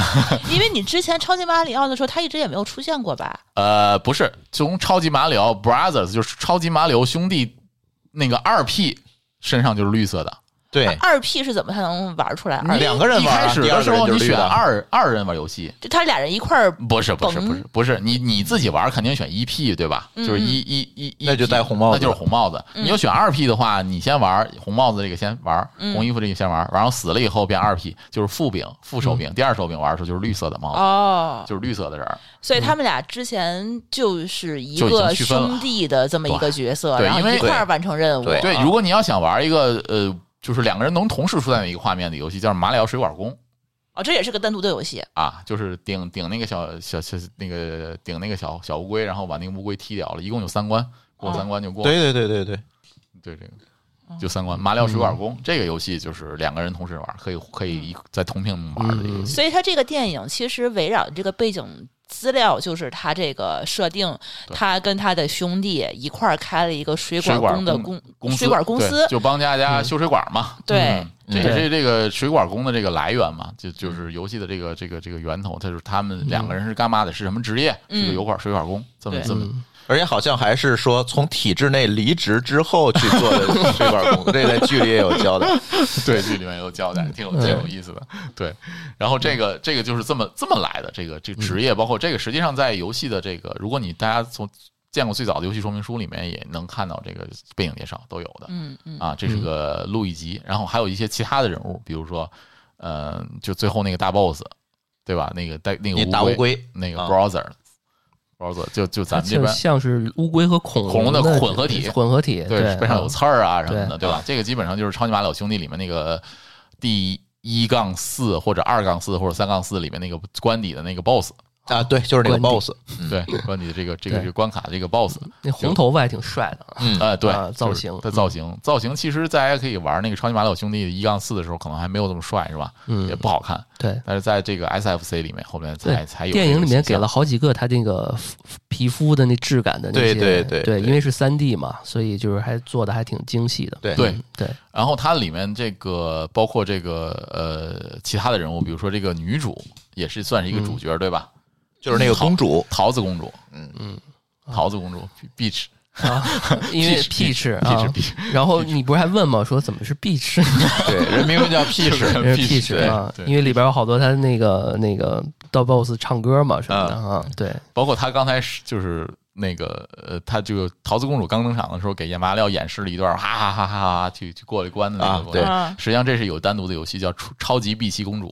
因为你之前超级马里奥的时候，他一直也没有出现过吧？ (laughs) 呃，不是，从超级马里奥 Brothers 就是超级马里奥兄弟那个二 P 身上就是绿色的。对，二 P 是怎么才能玩出来？二 P 两个人一玩啊开始第的二时个人候就你是绿选的二二人玩游戏，就他俩人一块儿，不是不是甭不是不是，你你自己玩肯定选一 P 对吧？嗯就是一一一一，那就戴红帽子那就是红帽子。嗯你要选二 P 的话，你先玩红帽子这个先玩，嗯红衣服这个先玩，然后死了以后变二 P，就是副柄、副手柄、第二手柄玩的时候就是绿色的帽子，嗯哦，就是绿色的人儿。所以他们俩之前就是一就已经个区分了兄弟的这么一个角色，对然后因为一块儿完成任务。哦对哦对，如果你要想玩一个呃，就是两个人能同时出现在一个画面的游戏，叫《马里奥水管工》。哦，这也是个单独的游戏啊，就是顶顶那个小小小那个顶那个小小乌龟，然后把那个乌龟踢掉了，一共有三关，过三关就过。对对对对对，对这个。哦就三关，马里奥水管工、这个游戏就是两个人同时玩，可以可嗯以一在同屏幕玩的一个游戏。所以它这个电影其实围绕这个背景资料，就是他这个设定，他跟他的兄弟一块儿开了一个水水管工的公公司水管公司对，就帮大家修水管嘛。对嗯这也是这个水管工的这个来源嘛，就嗯就是游戏的这个这个这个源头，他就是他们两个人是干嘛的，是什么职业？嗯是个油管水管工，这么对这么。而且好像还是说从体制内离职之后去做 (laughs) 的水管工，这在剧里也有交代。 (laughs) 对，剧里面有交代，嗯挺有挺有意思的。对，然后这个这个就是这么这么来的，这个这个职嗯业，包括这个，实际上在游戏的这个，如果你大家从见过最早的游戏说明书里面也能看到这个背景介绍都有的。嗯嗯啊，这是个路易吉，然后还有一些其他的人物，比如说，呃，就最后那个大 boss，对吧？那个带那个你打乌龟那个啊 brother。brother 就就咱它们这就边像是乌龟和恐恐龙的的混合体，混合体对，背上有刺儿啊什么的，对对吧？这个基本上就是《超级马里奥兄弟》里面那个第一杠四或者二杠四或者三杠四里面那个关底的那个 BOSS 啊，对，就是那个关底 boss， (laughs) 对，关底的这个这个对这个关卡的这个 BOSS，那红头发还挺帅的啊，呃，对啊，造就是型它造型，造型其实大家可以玩那个《超级马里奥兄弟》一杠四的时候，可能还没有这么帅，是吧？嗯也不好看。对但是在这个 SFC 里面，后面才对，才有电这影个里形面给象了好几个他那个皮肤的那质感的那些，对对对对因为是三 D 嘛，所以就是还做的还挺精细的，嗯对对对，然后它里面这个包括这个呃其他的人物，比如说这个女主也是算是一嗯个主角、对吧？就是那个公主桃桃子公主，嗯嗯，桃子公主 Peach 啊，因为 Peach， peach 啊 Peach，，然后你不是还问吗？说怎么是 peach？对，人名叫 (laughs) (laughs) Peach，人 Peach， peach 啊，对对因为里边有好多他那个那个到 boss 唱歌嘛什么的啊，对，包括她刚才是就是那个呃，她这个桃子公主刚登场的时候，给演马里奥演示了一段哈哈哈哈哈哈去去过了关的那个啊过对程。实际上这是有单独的游戏叫《超超级碧琪公主》，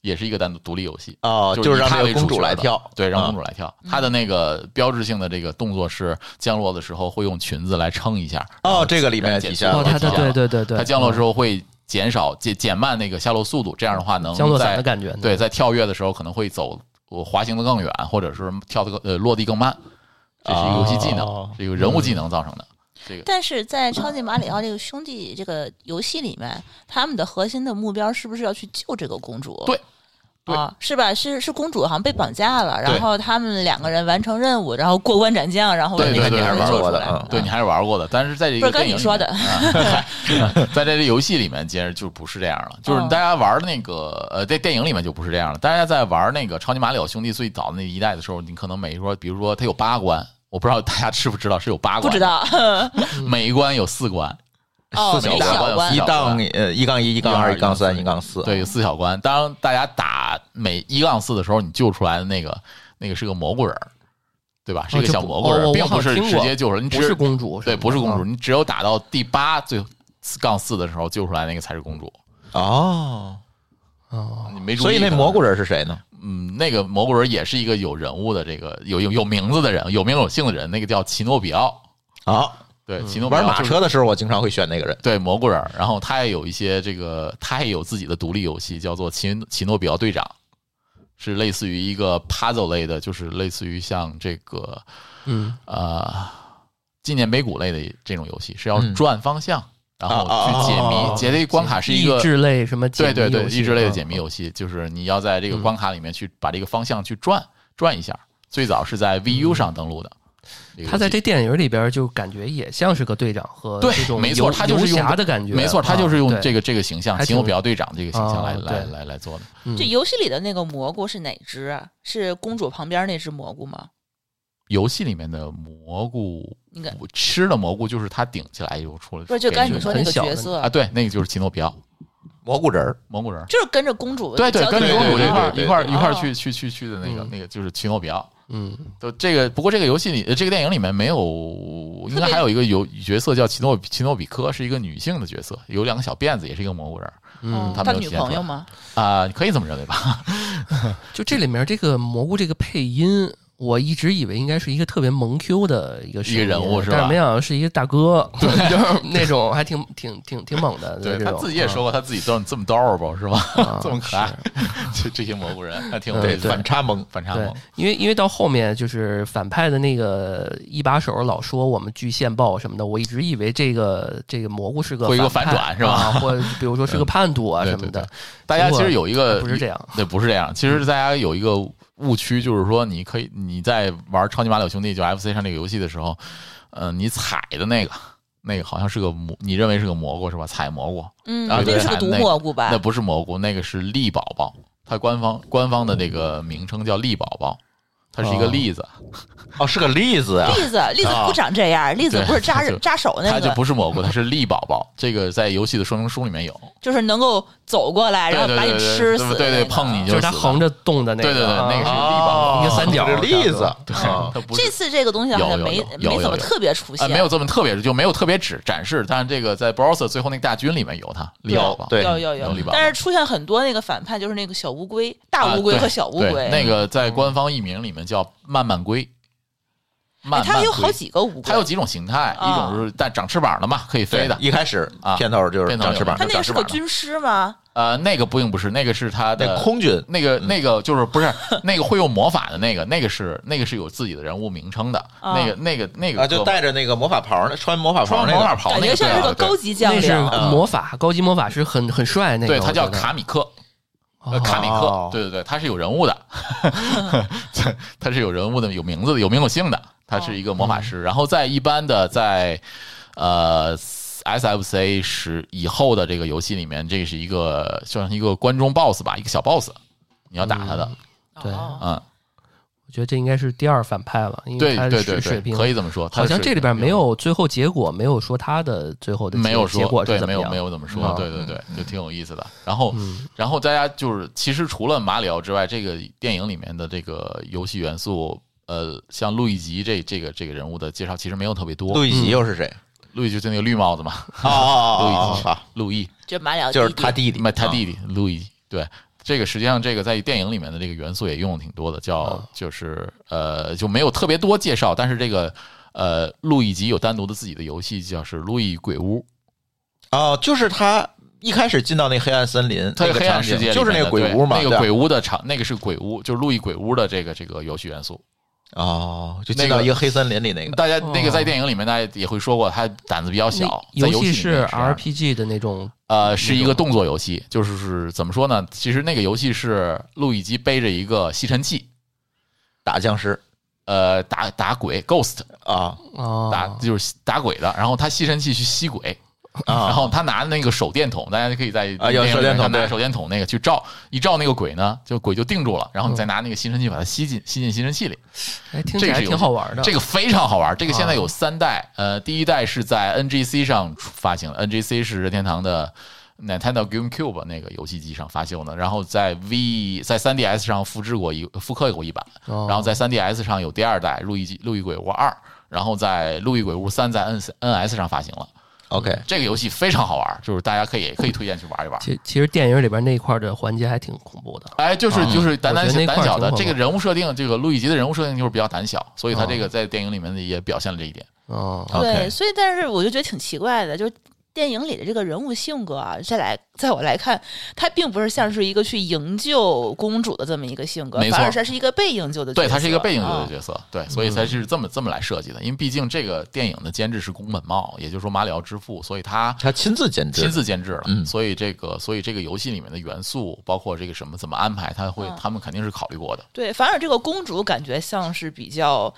也是一个单独独立游戏哦就就是以让她这个为公主主角来的跳对，让啊公主来跳。她的那个标志性的这个动作是降落的时候会用裙子来撑一下。哦，这个里面底下哦，他的对对对对，它降落之后会减少减减慢那个下落速度，这样的话能嗯降落伞在的感觉呢对，在跳跃的时候可能会走我滑行的更远，或者是跳的呃落地更慢。这是一个游戏技哦能，是一个人物技能造成的。这个但是在《超级马里奥》这个兄弟这个游戏里面，他们的核心的目标是不是要去救这个公主？对。对啊，是吧？是是，公主好像被绑架了，然对后他们两个人完成任务，然后过关斩将，然后把对那个对女对，儿救出来。哦嗯啊对你还是玩过的，但是在这不个是跟电影你里说面啊的， (laughs) 在这个游戏里面，其实就不是这样了。就是嗯大家玩的那个呃，在电影里面就不是这样了。大家在玩那个超级马里奥兄弟最早的那一代的时候，你可能每一说，比如说它有八关，我不知道大家知不知道是有八关，不知，道。每一关有四关，哦，四没小小关关一小杠呃一杠一、一杠二、一一杠杠三三、一杠四，对，有四小关。当大家打每一杠四的时候，你救出来的那个那个是个蘑菇人儿，对吧？是一个这小不蘑菇哦人我儿，我并好不是听直过接救出来，你不只是公主对，是吗不是公主，啊你只有打到第八最杠四的时候救出来那个才是公主。哦，哦，你没注意，所以那蘑菇人是谁呢？嗯，那个蘑菇人也是一个有人物的，这个有有有名字的人，有名有姓的人，那个叫奇诺比奥。啊，嗯对，奇诺比奥玩马就是车的时候，我经常会选那个人。对蘑菇人儿，然后他也有一些这个，他也有自己的独立游戏，叫做奇奇诺比奥队长，是类似于一个 puzzle 类的，就是类似于像这个嗯，呃纪念碑谷类的这种游戏，是要嗯转方向，然后去解谜。哦解这个关卡是一个益智类什么解对对谜对，游戏益智类的啊解谜游戏，就是你要在这个嗯关卡里面去把这个方向去转转一下。最早是在 VU 上登录的，这个游戏他在这电影里边就感觉也像是个队长和对呃这，种没错，游他就是游用侠的感觉，没错，他就是啊用对这个这个形象，还秦我挺表队长这个形象来啊来对来来做的。这游戏里的那个蘑菇是哪只啊？是公主旁边那只蘑菇吗？游戏里面的蘑菇应该吃的蘑菇就是它顶起来就出来，不是就给刚才你你说的那很个小角的色啊，对，那个就是奇诺比奥蘑菇人儿蘑菇人儿，就是跟着公主对对，脚跟着底公主下一块儿对对一块儿对一块儿哦去去去去的那个嗯那个就是奇诺比奥。嗯，都这个，不过这个游戏里，呃这个电影里面没有，应该还有一个有角色叫奇诺奇诺比科，是一个女性的角色，有两个小辫子，也是一个蘑菇人儿哦嗯他他没有女体验出朋友来吗？啊、你可以这么认为吧？就这里面这个蘑菇这个配音，我一直以为应该是一个特别萌 Q 的一个一个人物是吧但是没想到是一个大哥，就是 (laughs) 那种还挺挺挺挺猛的。对这嗯他种啊自己也说过，他自己都这么叨叨吧，是吧？ (laughs) 这么可爱， (laughs) 这这些蘑菇人还挺有嗯意思对反差萌，反差对萌。，因为因为到后面就是反派的那个一把手老说我们巨线报什么的，我一直以为这个这个蘑菇是个会有一个反反派转是吧嗯啊或者比如说是个叛徒啊对什么对的。大家其实有一个结果不是这样，对，不是这样。其实大家有一个误区，就是说你可以你在玩《超级马里奥兄弟》就 FC 上这个游戏的时候，呃，你踩的那个那个好像是个蘑，你认为是个蘑菇是吧？采蘑菇，嗯然后那你是个采毒啊那蘑菇吧那不是蘑菇，那个是栗宝宝，它官方官方的这个名称叫栗宝宝。它是一个哦栗子，哦，是个栗子啊，栗子，栗子不长这样，栗子对不是扎它 (laughs) 就扎手那它就个不，是蘑菇，它是栗宝宝。 (laughs) 这个在游戏的说明书里面有，就是能够走过来，对哎然后对把你对对吃对死。对对，碰你就是死它了。横着动的那个，对对对，啊那个是栗宝哦宝，一个三角是栗子大哥对，啊它不是嗯这次这个东西好有像有没有有没有怎么特别出呃，现，没有这么特别，就没有特别指展示，但是这个在 Browser 最后那个大军里面有它，对力宝宝，对有有有力有，宝宝但是出现很多那个反派，就是那个小乌龟、大啊乌龟对和小乌龟嗯对，那个在官方译名里面叫慢慢龟，慢哎它慢有好龟几个乌龟，它有几种形态，一啊种是但长翅膀的嘛，可以飞对的。一开始啊片头就是片头长翅膀它有，那个是个长翅膀的军师吗？呃，那个不并不是，那个是它的那呃空军那个那个就是不是那个会用魔法的那个，那个是那个是有自己的人物名称的，啊那个那个那个啊，就哥们儿带着那个魔法袍呢，穿魔法袍穿那魔法个，袍感那觉个像对是啊个对啊高级将那是领。魔法，高级魔法师很很帅那个，对，他叫我觉得啊卡米克，呃，卡米克哦，对对对，他是有人物的， (laughs) 他他是有人物的，有名字的，有名有姓的，他是一个哦魔法师。然后在一般的在呃 SFC 十以后的这个游戏里面，这个是一个算是一个关中 BOSS 吧，一个小 BOSS，你要打他的，对，哦嗯，我觉得这应该是第二反派了，因为对他对对是水对，平可以这么说。他好像是这里边没有最后结果，没有说他的最后的结没有结说，果对是，怎没么有样没有怎么说嗯，对对对，就挺有意思的。然后，然后大家就是，其实除了马里奥之外，这个电影里面的这个游戏元素，呃，像路易吉这这个这个人物的介绍，其实没有特别多。路易吉又是谁？路易吉就那个绿帽子嘛，嗯哦哦 (laughs) 路哦易吉哦，路易，就马里奥啊就是弟弟他弟弟，那他弟弟啊路易吉，对。这个实际上，这个在电影里面的这个元素也用的挺多的，啊叫就是呃就没有特别多介绍，但是这个呃路易吉有单独的自己的游戏，叫是路易鬼屋，哦，就是他一开始进到那黑暗森林，它那个黑暗场景世界里就是那个面的鬼对屋嘛，那个对鬼屋的场，那个是鬼屋，就是路易鬼屋的这个这个游戏元素。哦，就那进到个一个黑森林里那个。大家那个在电影里面，大家也会说过，他胆子比较哦那小。在戏游戏里面是也这样 RPG 的那种，呃，是一个动作游戏，就是是怎么说呢？其实那个游戏是路易基背着一个吸尘器，打僵尸呃，打打鬼 ghost，啊哦打就是打鬼的，然后他吸尘器去吸鬼，然后他拿那个手电筒，大家可以在哦啊有手电筒他拿对手电筒那个去照，一照那个鬼呢，就鬼就定住了，然后你嗯再拿那个吸尘器把它吸进吸进吸尘器里，哎，听起这个来是游戏挺好玩的。啊这个非常好玩。这个现在有三代，呃，第一代是在 NGC 上出发行的，NGC 是任天堂的 Nintendo GameCube 那个游戏机上发行的，然后在 V 在 3DS 上复制过一复刻过一版，哦然后在 3DS 上有第二代《路易基路易鬼屋二》，然后在《路易鬼屋三》在 N NS 上发行了。 ，OK，这个游戏非常好玩，就是大家可以可以推荐去玩一玩。其其实电影里边那块的环节还挺恐怖的。哎，就是就是胆胆啊我觉得那胆块儿小挺的好这个玩人物设定，这个路易吉的人物设定就是比较胆小，所以他这啊个在电影里面也表现了这一点。哦，对， OK 所以但是我就觉得挺奇怪的，就是电影里的这个人物性格啊，再来在我来看，他并不是像是一个去营救公主的这么一个性格没，错反而是他是一个被营救的角色。对，它是一个背景的啊角色，对，所以才是这么这么来设计的。因为毕竟这个电影的监制是宫本茂，也就是说马里奥之父，所以他他亲自监制，亲自监制了。嗯所以这个所以这个游戏里面的元素，包括这个什么怎么安排，他会嗯他们肯定是考虑过的。对，反而这个公主感觉像是比较。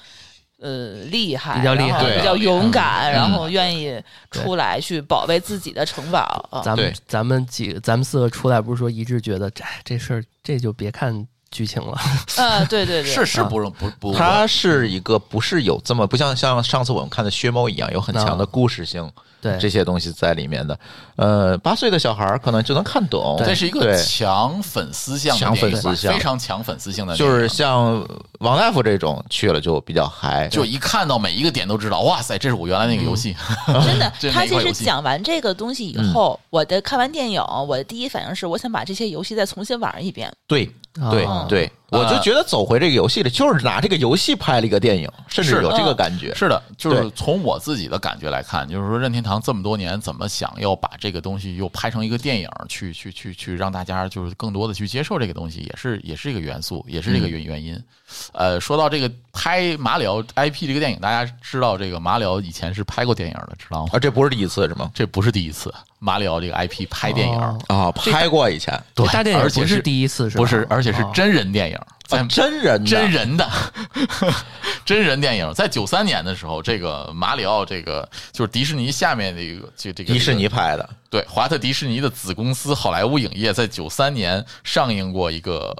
呃，厉害，比较厉害然后对比较勇敢，嗯然后愿意出来去保卫自己的城堡啊。咱们对咱们几个咱们四个出来不是说一致觉得这这事儿这就别看剧情了，嗯，对对对，是是不容不不，它是一个不是有这么不像像上次我们看的《薛猫》一样有很强的故事性，对这些东西在里面的。呃，八岁的小孩儿可能就能看懂，这是一个对，强粉丝向的强电影粉丝吧向非常强粉丝性的电就影，是像王大夫这种去了就比较嗨，就一看到每一个点都知道，哇塞，这是我原来那个游戏，嗯 (laughs) 真的啊这，是他哪一其款实游戏嗯讲完这个东西以后，我的看完电影，我的第一反应是，我想把这些游戏再重新玩一遍。对对嗯啊对，我就觉得走回这个游戏里，就是拿这个游戏拍了一个电影，甚至有这个感觉。是的，就是从我自己的感觉来看，就是说任天堂这么多年怎么想要把这个东西又拍成一个电影，去去去去让大家就是更多的去接受这个东西，也是也是一个元素，也是这个原原嗯因。呃，说到这个拍马里奥 IP 这个电影，大家知道这个马里奥以前是拍过电影的，知道吗？啊，这不是第一次是吗？这不是第一次。马里奥这个 IP 拍电影啊、哦哦，拍过以前，对，大电影而且是第一次是哦不是？而且是真人电影，在、哦、啊真人真人的 (laughs) 真人电影，在九三年的时候，这个马里奥这个就是迪士尼下面的一个这这个迪士尼拍的，对，华特迪士尼的子公司好莱坞影业在九三年上映过一个。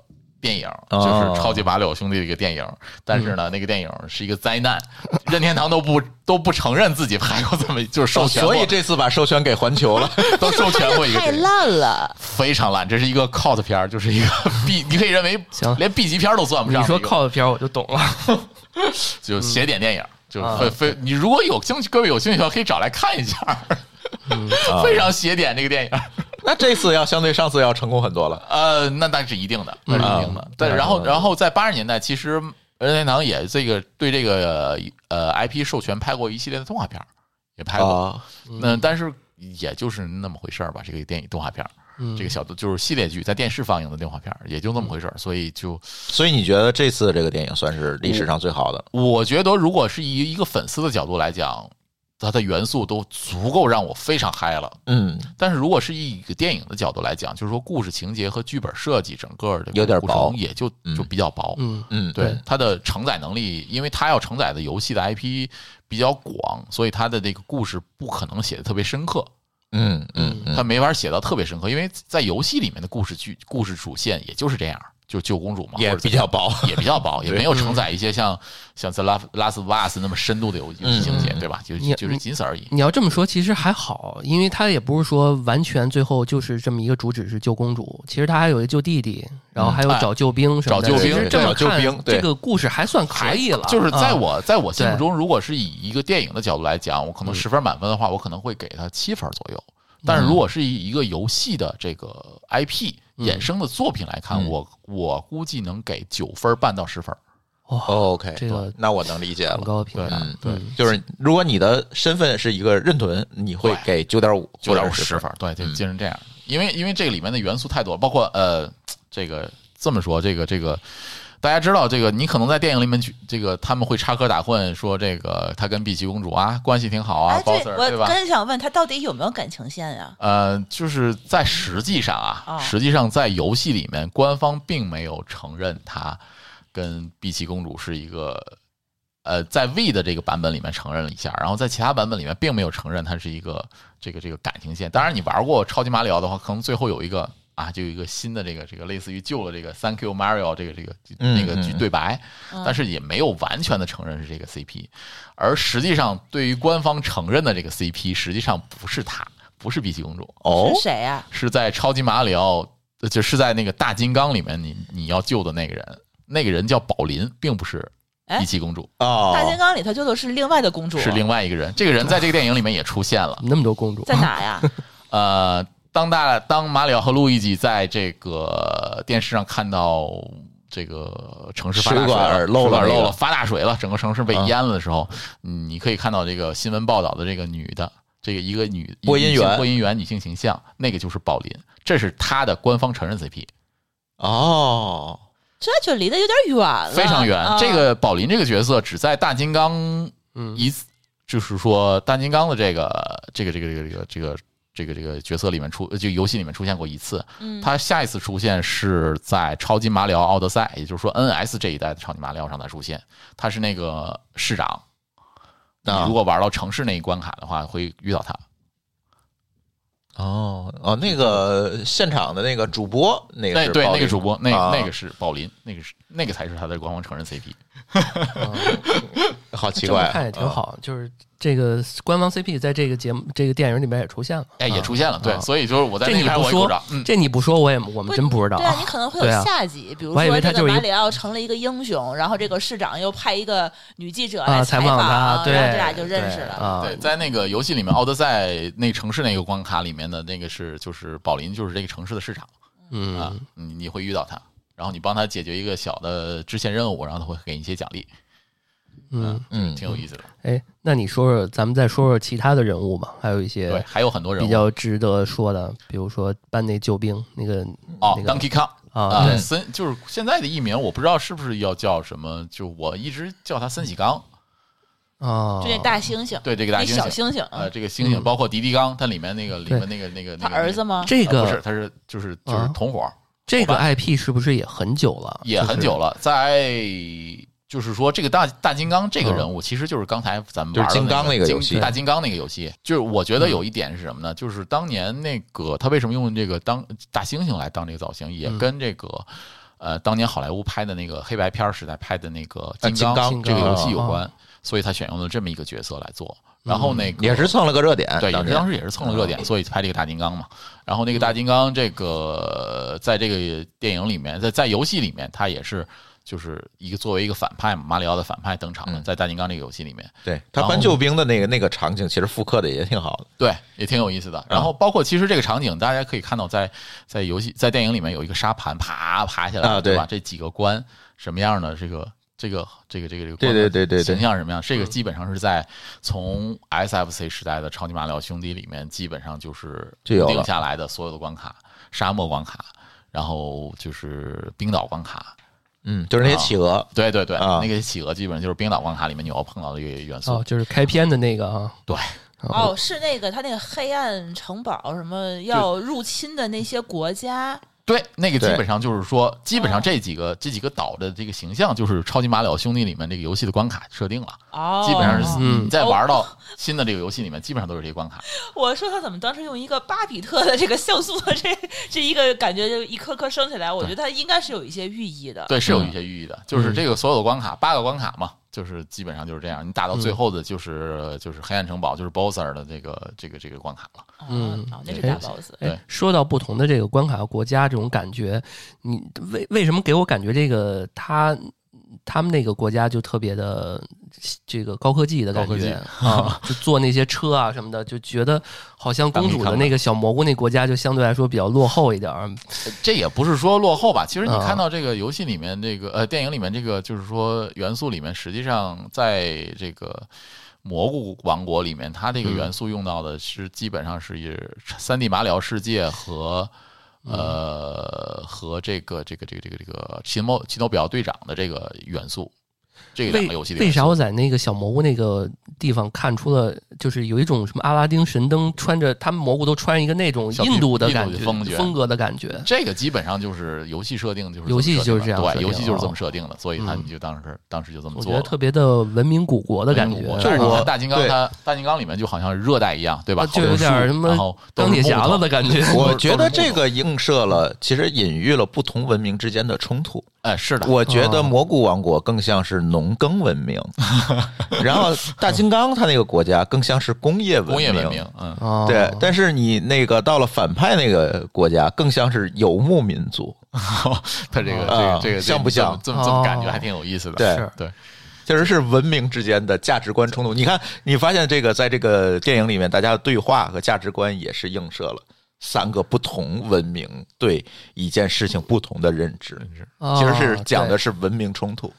电影就哦是《超级马里奥兄弟》的一个电影，但是呢，那个电影是一个灾难， (laughs) 任天堂都不都不承认自己拍过这么就是授权，啊哦所以这次把授权给环球了， (laughs) 都授权 (laughs) 过一个太烂 (laughs) 了，非常烂，这是一个 cult 片，就是一个 B，你可以认为连 B 级片都算不上。你说 cult 片我就懂了， (laughs) 就邪典电影，就是非非你如果有兴趣，各位有兴趣的话可以找来看一下，嗯 (laughs) 非常邪典这个电影。 (laughs) 那这次要相对上次要成功很多了，呃，那那是一定的，那是一定的。但、嗯、然后，然后在八十年代，其实任天堂也这个对这个呃 IP 授权拍过一系列的动画片，也拍过。那、哦嗯、但是也就是那么回事儿吧，这个电影动画片，嗯、这个小就是系列剧在电视放映的动画片，也就那么回事儿。所以就，所以你觉得这次这个电影算是历史上最好的？我觉得，如果是以一个粉丝的角度来讲。它的元素都足够让我非常嗨了，嗯。但是如果是以一个电影的角度来讲，就是说故事情节和剧本设计整个的有点薄，也就就比较薄，嗯嗯。对它的承载能力，因为它要承载的游戏的 IP 比较广，所以它的这个故事不可能写的特别深刻，嗯嗯，它没法写到特别深刻，因为在游戏里面的故事剧故事主线也就是这样。就救公主嘛，也比较薄，也比较薄，也没有承载一些像像《The Last Last of Us》那么深度的游游戏情节，对吧？就就是仅此而已。你要这么说，其实还好，因为它也不是说完全最后就是这么一个主旨是救公主，其实它还有救弟弟，然后还有找救兵什么嗯啊的。找救兵，这么救兵，这个故事还算可以了。啊嗯就是在我在我心目中，如果是以一个电影的角度来讲，我可能十分满分的话，我可能会给它七分左右。但嗯是如果是以一个游戏的这个 IP。衍生的作品来看，嗯、我我估计能给九分半到十分。哦呃，OK，这个那我能理解了。高评价，对，嗯、对就是如果你的身份是一个任屯，你会给九点五、九点五十分。对，就变成这样。嗯、因为因为这个里面的元素太多，包括呃，这个这么说，这个这个。大家知道这个，你可能在电影里面，这个他们会插科打诨，说这个他跟碧琪公主啊关系挺好啊，包 Sir 对吧？哎我真想问他到底有没有感情线呀？呃，就是在实际上啊，实际上在游戏里面，官方并没有承认他跟碧琪公主是一个，呃，在 V 的这个版本里面承认了一下，然后在其他版本里面并没有承认他是一个这个这个感情线。当然，你玩过超级马里奥的话，可能最后有一个。啊，就有一个新的这个这个类似于旧的这个 Thank you Mario 这个这个那个对白，嗯嗯但是也没有完全的承认是这个 CP，而实际上对于官方承认的这个 CP，实际上不是他，不是碧琪公主哦，是谁呀、啊？是在超级马里奥，呃就是在那个大金刚里面你你要救的那个人，那个人叫宝林，并不是。碧琪公主哦，大金刚里头救的是另外的公主，是另外一个人。这个人在这个电影里面也出现了，那么多公主啊在 (laughs) 哪呀？呃。当大当马里奥和路易吉在这个电视上看到这个城市发大水了，漏了漏了发大水了，整个城市被淹了的时候，嗯、你可以看到这个新闻报道的这个女的，这个一个女播音员播音员女性形象，那个就是宝林，这是她的官方承认 CP。哦，这就离得有点远 (laughs) 了，非常远。嗯哦、这个宝林这个角色只在大金刚一，嗯、就是说大金刚的这个这个这个这个这个这个。这个这个角色里面出，就游戏里面出现过一次。嗯，他下一次出现是在《超级马里奥奥德赛》，也就是说 NS 这一代的《超级马里奥》上再出现。他是那个市长，你啊如果玩到城市那一关卡的话，会遇到他。哦哦，那个现场的那个主播，那个对那个主播，那啊啊那个是宝林，那个是那个才是他的官方承认 CP。好奇啊怪，看也啊挺好，就是这个官方 CP 在这个节目、这个电影里面也出现了，啊啊哎，也出现了，对，所以就是我在这你不说，嗯这你不说，我也我们真不知道，对啊， (laughs) 你可能会有下集，比如说这个马里奥成了一个英雄，然后这个市长又派一个女记者来啊采访他，对，这俩就认识啊了。对，在那个游戏里面，奥德赛那城市那个关卡里面的那个是就是宝林，就是这个城市的市长，啊嗯，你你会遇到他。然后你帮他解决一个小的支线任务，然后他会给你一些奖励。嗯嗯，挺有意思的。哎，那你说说，咱们再说说其他的人物吧，还有一些对还有很多人物比较值得说的，比如说班内救兵那个哦嗯那个，Donkey Kong 啊，对森就是现在的译名，我不知道是不是要叫什么，就我一直叫他森喜刚。啊，就那大猩猩，对这个大那猩猩，小猩猩呃，这个猩猩嗯包括迪迪刚，它里面那个里对面那个那个他那个儿子吗啊这个不是，他是就是就是啊同伙，这个伙伴 IP 是不是也很久了？也很久。了，在就是说这个大大金刚这个人物，其实就是刚才咱们玩嗯就的是金刚那那个个游戏嗯大金刚那个游戏，就是我觉得有一点是什么呢？就是当年那个他为什么用这个当大猩猩来当这个造型，也嗯跟这个。呃，当年好莱坞拍的那个黑白片儿时代拍的那个呃金刚金刚这个游戏有啊关，所以他选用了这么一个角色来做。然后那个嗯也是蹭了个热点，对，当也是时嗯当时也是蹭了热点，所以拍这个大金刚嘛。然后那个大金刚，这个在这个电影里面，在在游戏里面，他也是就是一个作为一个反派嘛，马里奥的反派登场了，嗯在大金刚这个游戏里面，对他搬救兵的那个那个场景，其实复刻的也挺好的。对，也挺有意思嗯的。然后包括其实这个场景，大家可以看到在，在游戏在电影里面有一个沙盘爬爬下来，啊对吧？这几个关什么样的这个。这个这个这个这个对关的对对对嗯对形象是什么样？这个基本上是在从 SFC 时代的《超级马里奥兄弟》里面，基本上就是就有固了定下来的所有的关卡，沙漠关卡，然后就是冰岛关卡，嗯，就是那啊些企 (laughs) 鹅，对对对，啊那个企鹅基本上就是冰岛关卡里面你要碰到的一个元素哦，，就是开篇的那个啊，对，哦，是那个他那个黑暗城堡什么要入侵的那些国家，对，那个基对本上就是说，基本上这几个这几个岛的这个形象，就是《超级马里奥兄弟》里面这个游戏的关卡设定了。哦，基本上是嗯你在玩到新的这个游戏里面，基本上都是这些关卡。我说他怎么当时用一个巴比特的这个像素的这这一个感觉就一颗颗升起来，我觉得他应该是有一些寓意的。哦对，是有嗯一些寓意的，就是这个所有的关卡，八个关卡嘛，就是基本上就是这样。你打到最嗯后的就是就是黑暗城堡，就是 BOSS 的这个这个这个关卡了。哦，嗯哦那是对大 boss。对哎，说到不同的这个关卡和国家这种感觉，你为为什么给我感觉这个他他们那个国家就特别的这个高科技的感高科技觉啊，就坐那些车啊什么的，就觉得好像公主的那个小蘑菇那国家就相对来说比较落后一点儿。这也不是说落后吧，其实你啊看到这个游戏里面这个呃电影里面这个就是说元素里面，实际上在这个蘑菇王国里面，它这个元素用到的是基本上是以三 D 马里奥世界和。呃，和这个这个这个这个这个奇诺奇诺比奥队长的这个元素，这两为个游戏里为啥我在那个小蘑菇那个地方看出了，就是有一种什么阿拉丁神灯穿着他们蘑菇都穿一个那种小印度的印度感的觉风格风格的感觉。这个基本上就是游戏设定，就是游戏么设定就是这样的设对，定游戏就是这么哦设定的，所以他嗯你就当时当时就这么我做觉了。得特别的文明古国的感觉，啊就我嗯我大金刚对它大金刚里面就好像热带一样，对吧？啊呃就有点儿什么然后都钢是铁侠木头了的感 (laughs) 觉。我觉得这个映射了，其实隐喻了不同文明之间的冲突。哎，是的，我觉得蘑菇王国更像是农耕文明，哦然后大金刚他那个国家更像是工业文明。工业文明，嗯，哦对，但是你那个到了反派那个国家，更像是游牧民族，它这个这啊个这个像不像这么这么这么感觉哦还挺有意思的，对是对，其实是文明之间的价值观冲突。你看，你发现这个在这个电影里面，大家的对话和价值观也是映射了三个不同文明对一件事情不同的认知，哦其实是讲的对是文明冲突。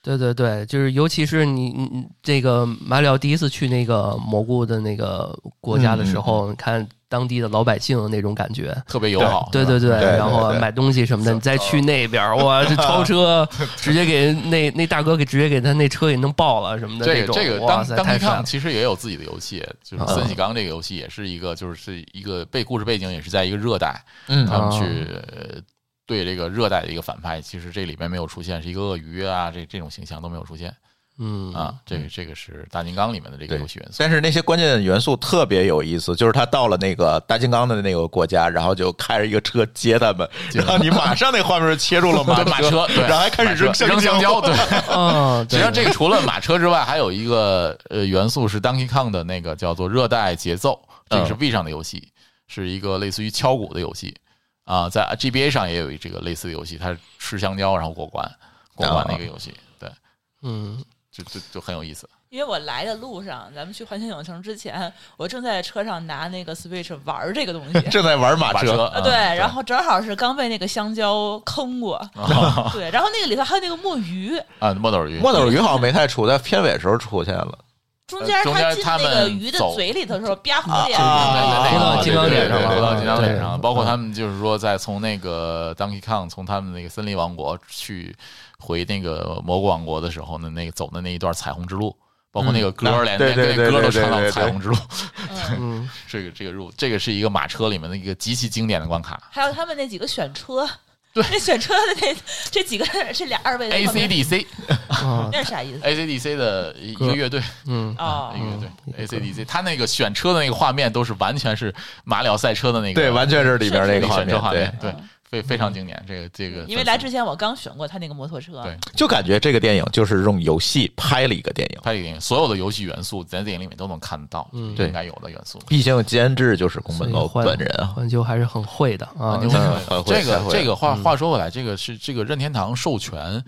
对对对，就是尤其是你你你这个马里奥第一次去那个蘑菇的那个国家嗯的时候，你看当地的老百姓那种感觉。特别友好，对对对，对对然后对买东西什么的，你再去那边，哇，这 (laughs) 超车直接给那那大哥给直接给他那车给弄爆了什么的，这个种这个哇当塞，当太尼帅康了！其实也有自己的游戏，就是嗯森喜刚这个游戏也是一个，就是是一个背故事背景也是在一个热带，嗯他哦们去呃对这个热带的一个反派，其实这里面没有出现是一个鳄鱼啊，这这种形象都没有出现嗯啊，这个这个是大金刚里面的这个对游戏元素，但是那些关键元素特别有意思，就是他到了那个大金刚的那个国家，然后就开着一个车接他们，接然他们后你马上那画面就切 (laughs) 入了马 (laughs) 对马车对然后还开始扔马车扔香蕉，对。啊，实际对上，这个除了马车之外，还有一个呃元素是 Donkey Kong 的那个叫做热带节奏，这个是 V 上的游戏，是一个类似于敲鼓的游戏啊，在 GBA 上也有这个类似的游戏，它是吃香蕉然后过关过关那个游戏，对，嗯，就就就很有意思。因为我来的路上，咱们去环球影城之前，我正在车上拿那个 Switch 玩这个东西，正在玩马车啊，对，嗯然后正好是刚被那个香蕉坑过，啊对，然后那个里头还有那个墨鱼， (laughs) 啊，墨斗鱼，墨斗鱼好像没太出，在片尾时候出现了。中间呃中间它他进那个们鱼的走嘴里头的时候，吧啊唧脸，啊，回到对金刚对脸上对了回到金刚脸对上了。包括他们就是说，在从那个 Donkey Kong 从他们那个森林王国去回那个蘑菇王国的时候呢，那个走的那一段彩虹之路，包括那个歌儿，嗯连对连对那对歌儿都对对唱到对对彩虹之路。嗯，这个这个入这个是一个马车里面的一个极其经典的关卡。还有他们那几个选车，对，那选车的那这几个这俩二位 A C D C 啊，那是啥意思？ A C D C 的一一个乐队，嗯，哦啊一，个乐队 A C D C，他那个选车的那个画面都是完全是马里奥赛车的那个，对，完全是里边那那个画选车画面面，，对，非非常经典。这个这个，因为来之前我刚选过他那个摩托车，对对，就感觉这个电影就是用游戏拍了一个电影，拍电影，所有的游戏元素在电影里面都能看到，嗯应该有的元素。毕竟监制就是宫本所以茂换本人啊。环球还是很会的啊，牛嗯很这会很个会嗯这个话话说回来，这个是这个任天堂授权，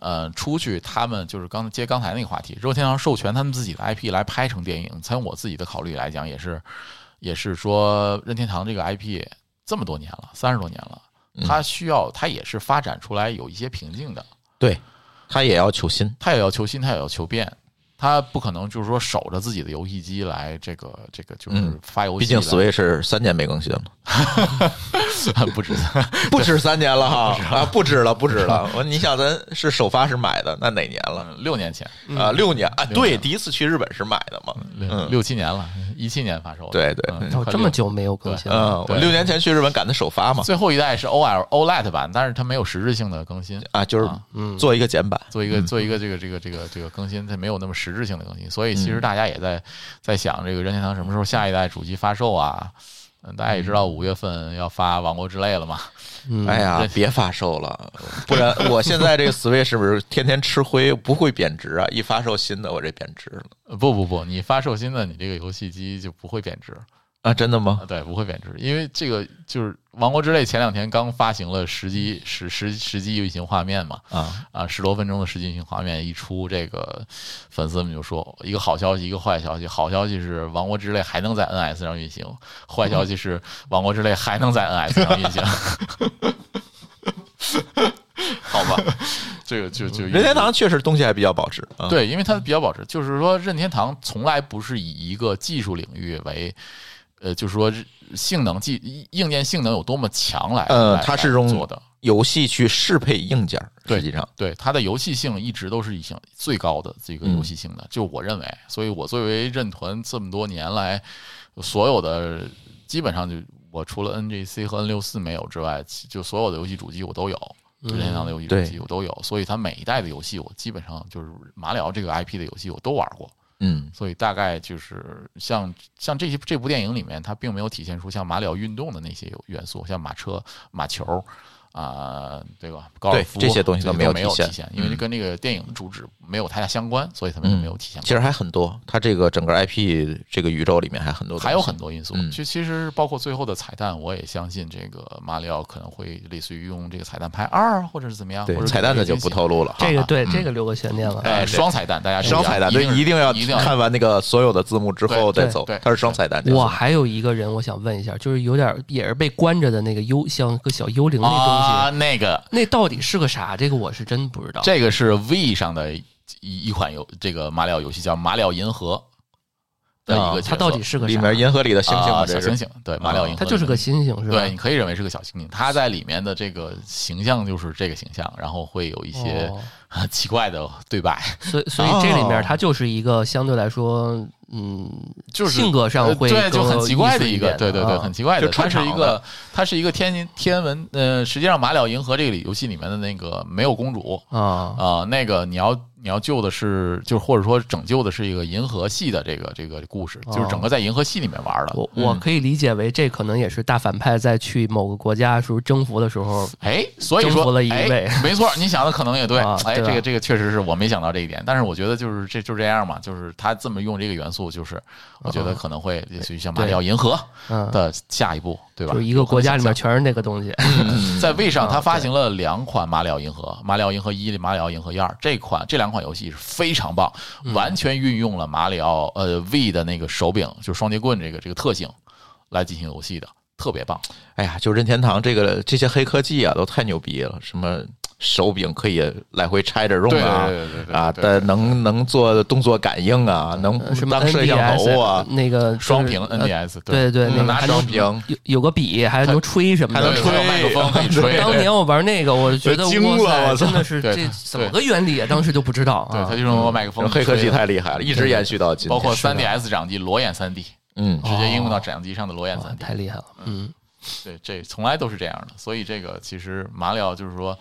呃，出去他们就是刚接刚才那个话题，任天堂授权他们自己的 IP 来拍成电影。从我自己的考虑来讲，也是也是说任天堂这个 IP 这么多年了，三十多年了，嗯它需要它也是发展出来有一些瓶颈的，对，他也要求新，它也要求新，它也要求变。它不可能就是说守着自己的游戏机来这个这个就是嗯发游戏来，毕竟 Switch 三年没更新了，不止不止三年了哈啊，不止了，不止 (laughs) 了。我你想，咱是首发是买的，那哪年了？嗯 (laughs) 六年前，啊，六年啊，六对，年嗯第一次去日本是买的嘛，六六七年了，一七年发售的。嗯对对嗯哦，快这么六久没有更新了，嗯，我对六年前去日本赶的首发嘛，最后一代是 O L O L E D 版，但是它没有实质性的更新，啊，就是啊嗯做一个简版，做一个做一个这个这个这个这个更新，它没有那么实质性的更新。所以其实大家也在在想，这个任天堂什么时候下一代主机发售啊？嗯，大家也知道五月份要发《王国之泪》了嘛，嗯哎呀对，别发售了，不然我现在这个 Switch 是不是天天吃灰，不会贬值啊？一发售新的，我这贬值了呃不不不，你发售新的，你这个游戏机就不会贬值啊！真的吗啊，？对，不会贬值，因为这个就是《王国之泪》前两天刚发行了实机实实实机运行画面嘛，啊，啊，十多分钟的实际运行画面一出，这个粉丝们就说一个好消息，一个坏消息。好消息是《王国之泪》还能在 NS 上运行，坏消息是《王国之泪》还能在 NS 上运行。好吧，这个就就任天堂确实东西还比较保值啊。，对，因为它比较保值，就是说任天堂从来不是以一个技术领域为。呃，就是说性能技硬件性能有多么强来，呃来它是来用哎做的，游戏去适配硬件，对实际上，对它的游戏性一直都是一项最高的这个游戏性的，就我认为，所以我作为任团这么多年来，所有的基本上就我除了 NGC 和 N 六四没有之外，其就所有的游戏主机我都有，任天堂的游戏主对机我都有，所以它每一代的游戏我基本上就是马里奥这个 IP 的游戏我都玩过，嗯，所以大概就是像像这些这部电影里面，它并没有体现出像马里奥运动的那些有元素，像马车、马球啊、对吧？高尔夫这些东西都都没没有有体现现，因为这跟这个电影的主旨没有太大相关，所以他们就嗯没有体现其过。实还很多，它这个整个 IP 这个宇宙里面还很多，嗯还有很。多因素，嗯其其实包括最后的彩蛋，我也相信这个马里奥可能会类似于用这个彩蛋拍二，啊或者是怎么样，或对者，是彩蛋的给就一些不惊喜透。露了。这个哈对嗯这个留个悬念了，哎，对双彩蛋，大家注意啊双彩蛋，对，一一定要一定要看完那个所有的字幕之后对再对走对，它是双彩蛋。我还有一个人，我想问一下，就是有点也是被关着的那个幽，像个小幽灵那啊，东西，那个那到底是个啥？这个我是真不知道。这个是 V 上的一一款游，这个马里奥游戏叫《马里奥银河》的一啊个角色，它到底是个里啥？面银河里的星星啊嘛，小这星是星，对，马里奥银河，它就是个。星星是吧？对，你可以认为是个小星星，它在里面的这个形象就是这个形象，然后会有一些哦哦 (laughs) 奇怪的对白，所以所以这里面它就是一个相对来说，嗯，就是呃性格上会对，就很更奇怪的艺术一一个，点对对对，啊很奇怪的，就它串是场一个，它是一个天天文，呃，实际上马里奥银河这个游戏里面的那个没有公主，啊，啊、那个你要你要救的是，就是或者说拯救的是一个银河系的这个这个故事，就是整个在银河系里面玩的。哦我我可以理解为这可能也是大反派在去某个国家时候征服的时候，哎，所以征服说，了一哎位，没错，你想的可能也对。啊哎，对吧这个这个确实是我没想到这一点，但是我觉得就是这就这样嘛，就是他这么用这个元素，就是我觉得可能会类似于像马里奥银河嗯的下一步，对吧？就是一个国家里面全是那个东西。嗯在 V 上，啊它发行了两款《马里奥银河》，《马里奥银河一》《马里奥银河一二》这款这两款游戏是非常棒，嗯完全运用了马里奥呃 V 的那个手柄，就是双截棍这个这个特性来进行游戏的，特别棒。哎呀，就任天堂这个这些黑科技啊，都太牛逼了！什么手柄可以来回拆着用啊对对对对对啊，对但能能做动作感应啊，能呃嗯什么当摄像头啊 NDS，，那个就是双屏呃 NDS 对对对，那能个拿还能双屏有有个笔，还能吹什么的，还能吹还有麦克风可以吹当年我玩那个，我觉得 (laughs) 惊了哇塞我操真的是对这对嗯怎么个原理啊？当时就不知道对，啊它。就用麦克风，黑科技太厉害了，一直延续到今包天。括是的 3DS 掌机裸眼 3D，嗯，直接应用到掌机上的裸眼哇 3D，太厉害了，嗯，对，这从来都是这样的。所以这个其实马里奥就是说，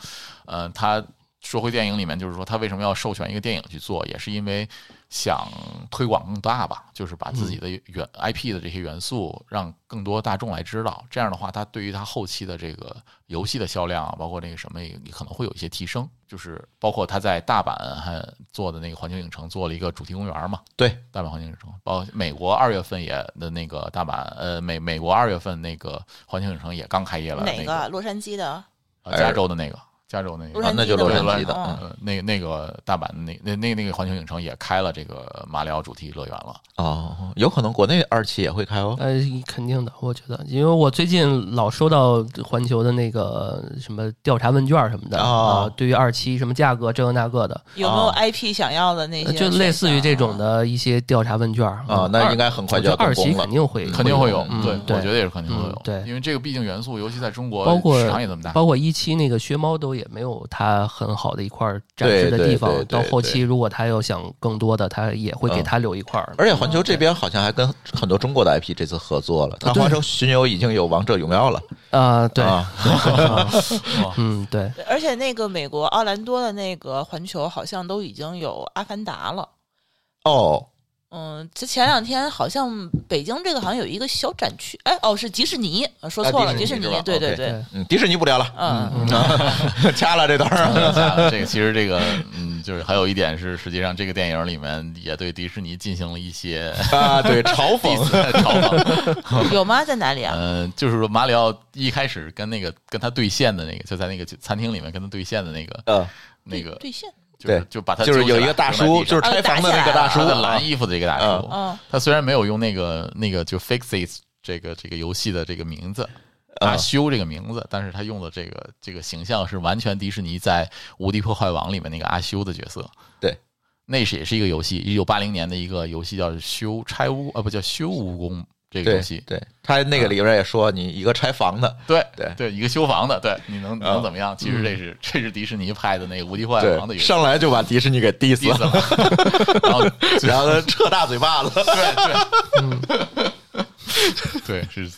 呃，他说回电影里面，就是说他为什么要授权一个电影去做，也是因为想推广更大吧，就是把自己的原 IP 的这些元素让更多大众来知道。这样的话，他对于他后期的这个游戏的销量啊，包括那个什么，也可能会有一些提升。就是包括他在大阪还做的那个环球影城做了一个主题公园嘛，对，大阪环球影城，包括美国二月份也的那个大阪，呃，美美国二月份那个环球影城也刚开业了，哪那个个？洛杉矶的？呃加州的那个，加州那个，洛杉矶的那就洛杉矶的嗯呃那那个大阪那那那那个环球影城也开了这个马里奥主题乐园了，哦，有可能国内二期也会开哦。呃，肯定的，我觉得，因为我最近老收到环球的那个什么调查问卷什么的哦啊，对于二期什么价格这个那个的，有没有啊 IP 想要的那些呃选啊就项？类似于这种的一些调查问卷啊啊那应该很快就要二动工期了肯定会肯定会有，嗯对，对我觉得也是肯定会有嗯，对因为这个毕竟元素，尤其在中国包括市场也这么大，(laughs) (laughs) 包括一期那个薛猫都也没有它很好的一块展示的对对地方对对。到后对嗯期如果他要想更多的，他也会给他留一块儿。而且环球这边好像还跟很多中国的 IP 这次合作啊了，它环球巡游已经有《王者荣耀》了啊，对，啊， (laughs) 嗯，对，对而且那个美国奥兰多的那个环球好像都已经有《阿凡达》了。哦，嗯，这前两天好像北京这个好像有一个小展区，哎，哦，是迪士尼，呃说错啊了，迪迪士士尼尼是吧，对 OK 对对，嗯，迪士尼不聊了，嗯， (laughs) 掐了这段嗯儿。这个其实这个，嗯，就是还有一点是，实际上这个电影里面也对迪士尼进行了一些 (laughs) 啊，对，嘲讽嘲讽。 (laughs) 有吗？在哪里啊？嗯、就是说马里奥一开始跟那个跟他对线的那个，就在那个餐厅里面跟他对线的那个 (laughs) 呃，那个，兑现，就是对就把他就是揪起来有一个大扔在地叔，就上是拆房的那个大叔 (laughs) 他的啊蓝衣服的这个大叔，嗯他虽然没有用那个那个就 Fixit 这个这个游戏的这个名字。嗯阿修这个名字，但是他用的这个这个形象是完全迪士尼在《无敌破坏王》里面那个阿修的角色。对，那是也是一个游戏，一九八零年的一个游戏叫修拆屋，呃，不叫修蜈蚣这个对游戏。对，他那个里边也说，你一个拆房的，对对对，一个修房的，对，你能啊能怎么样？其实这是这是迪士尼拍的那个《无敌破坏王》的对，游戏。上来就把迪士尼给 diss 意思了， (laughs) (laughs) 了，然后然后他撤大嘴巴子。 (laughs) 对，是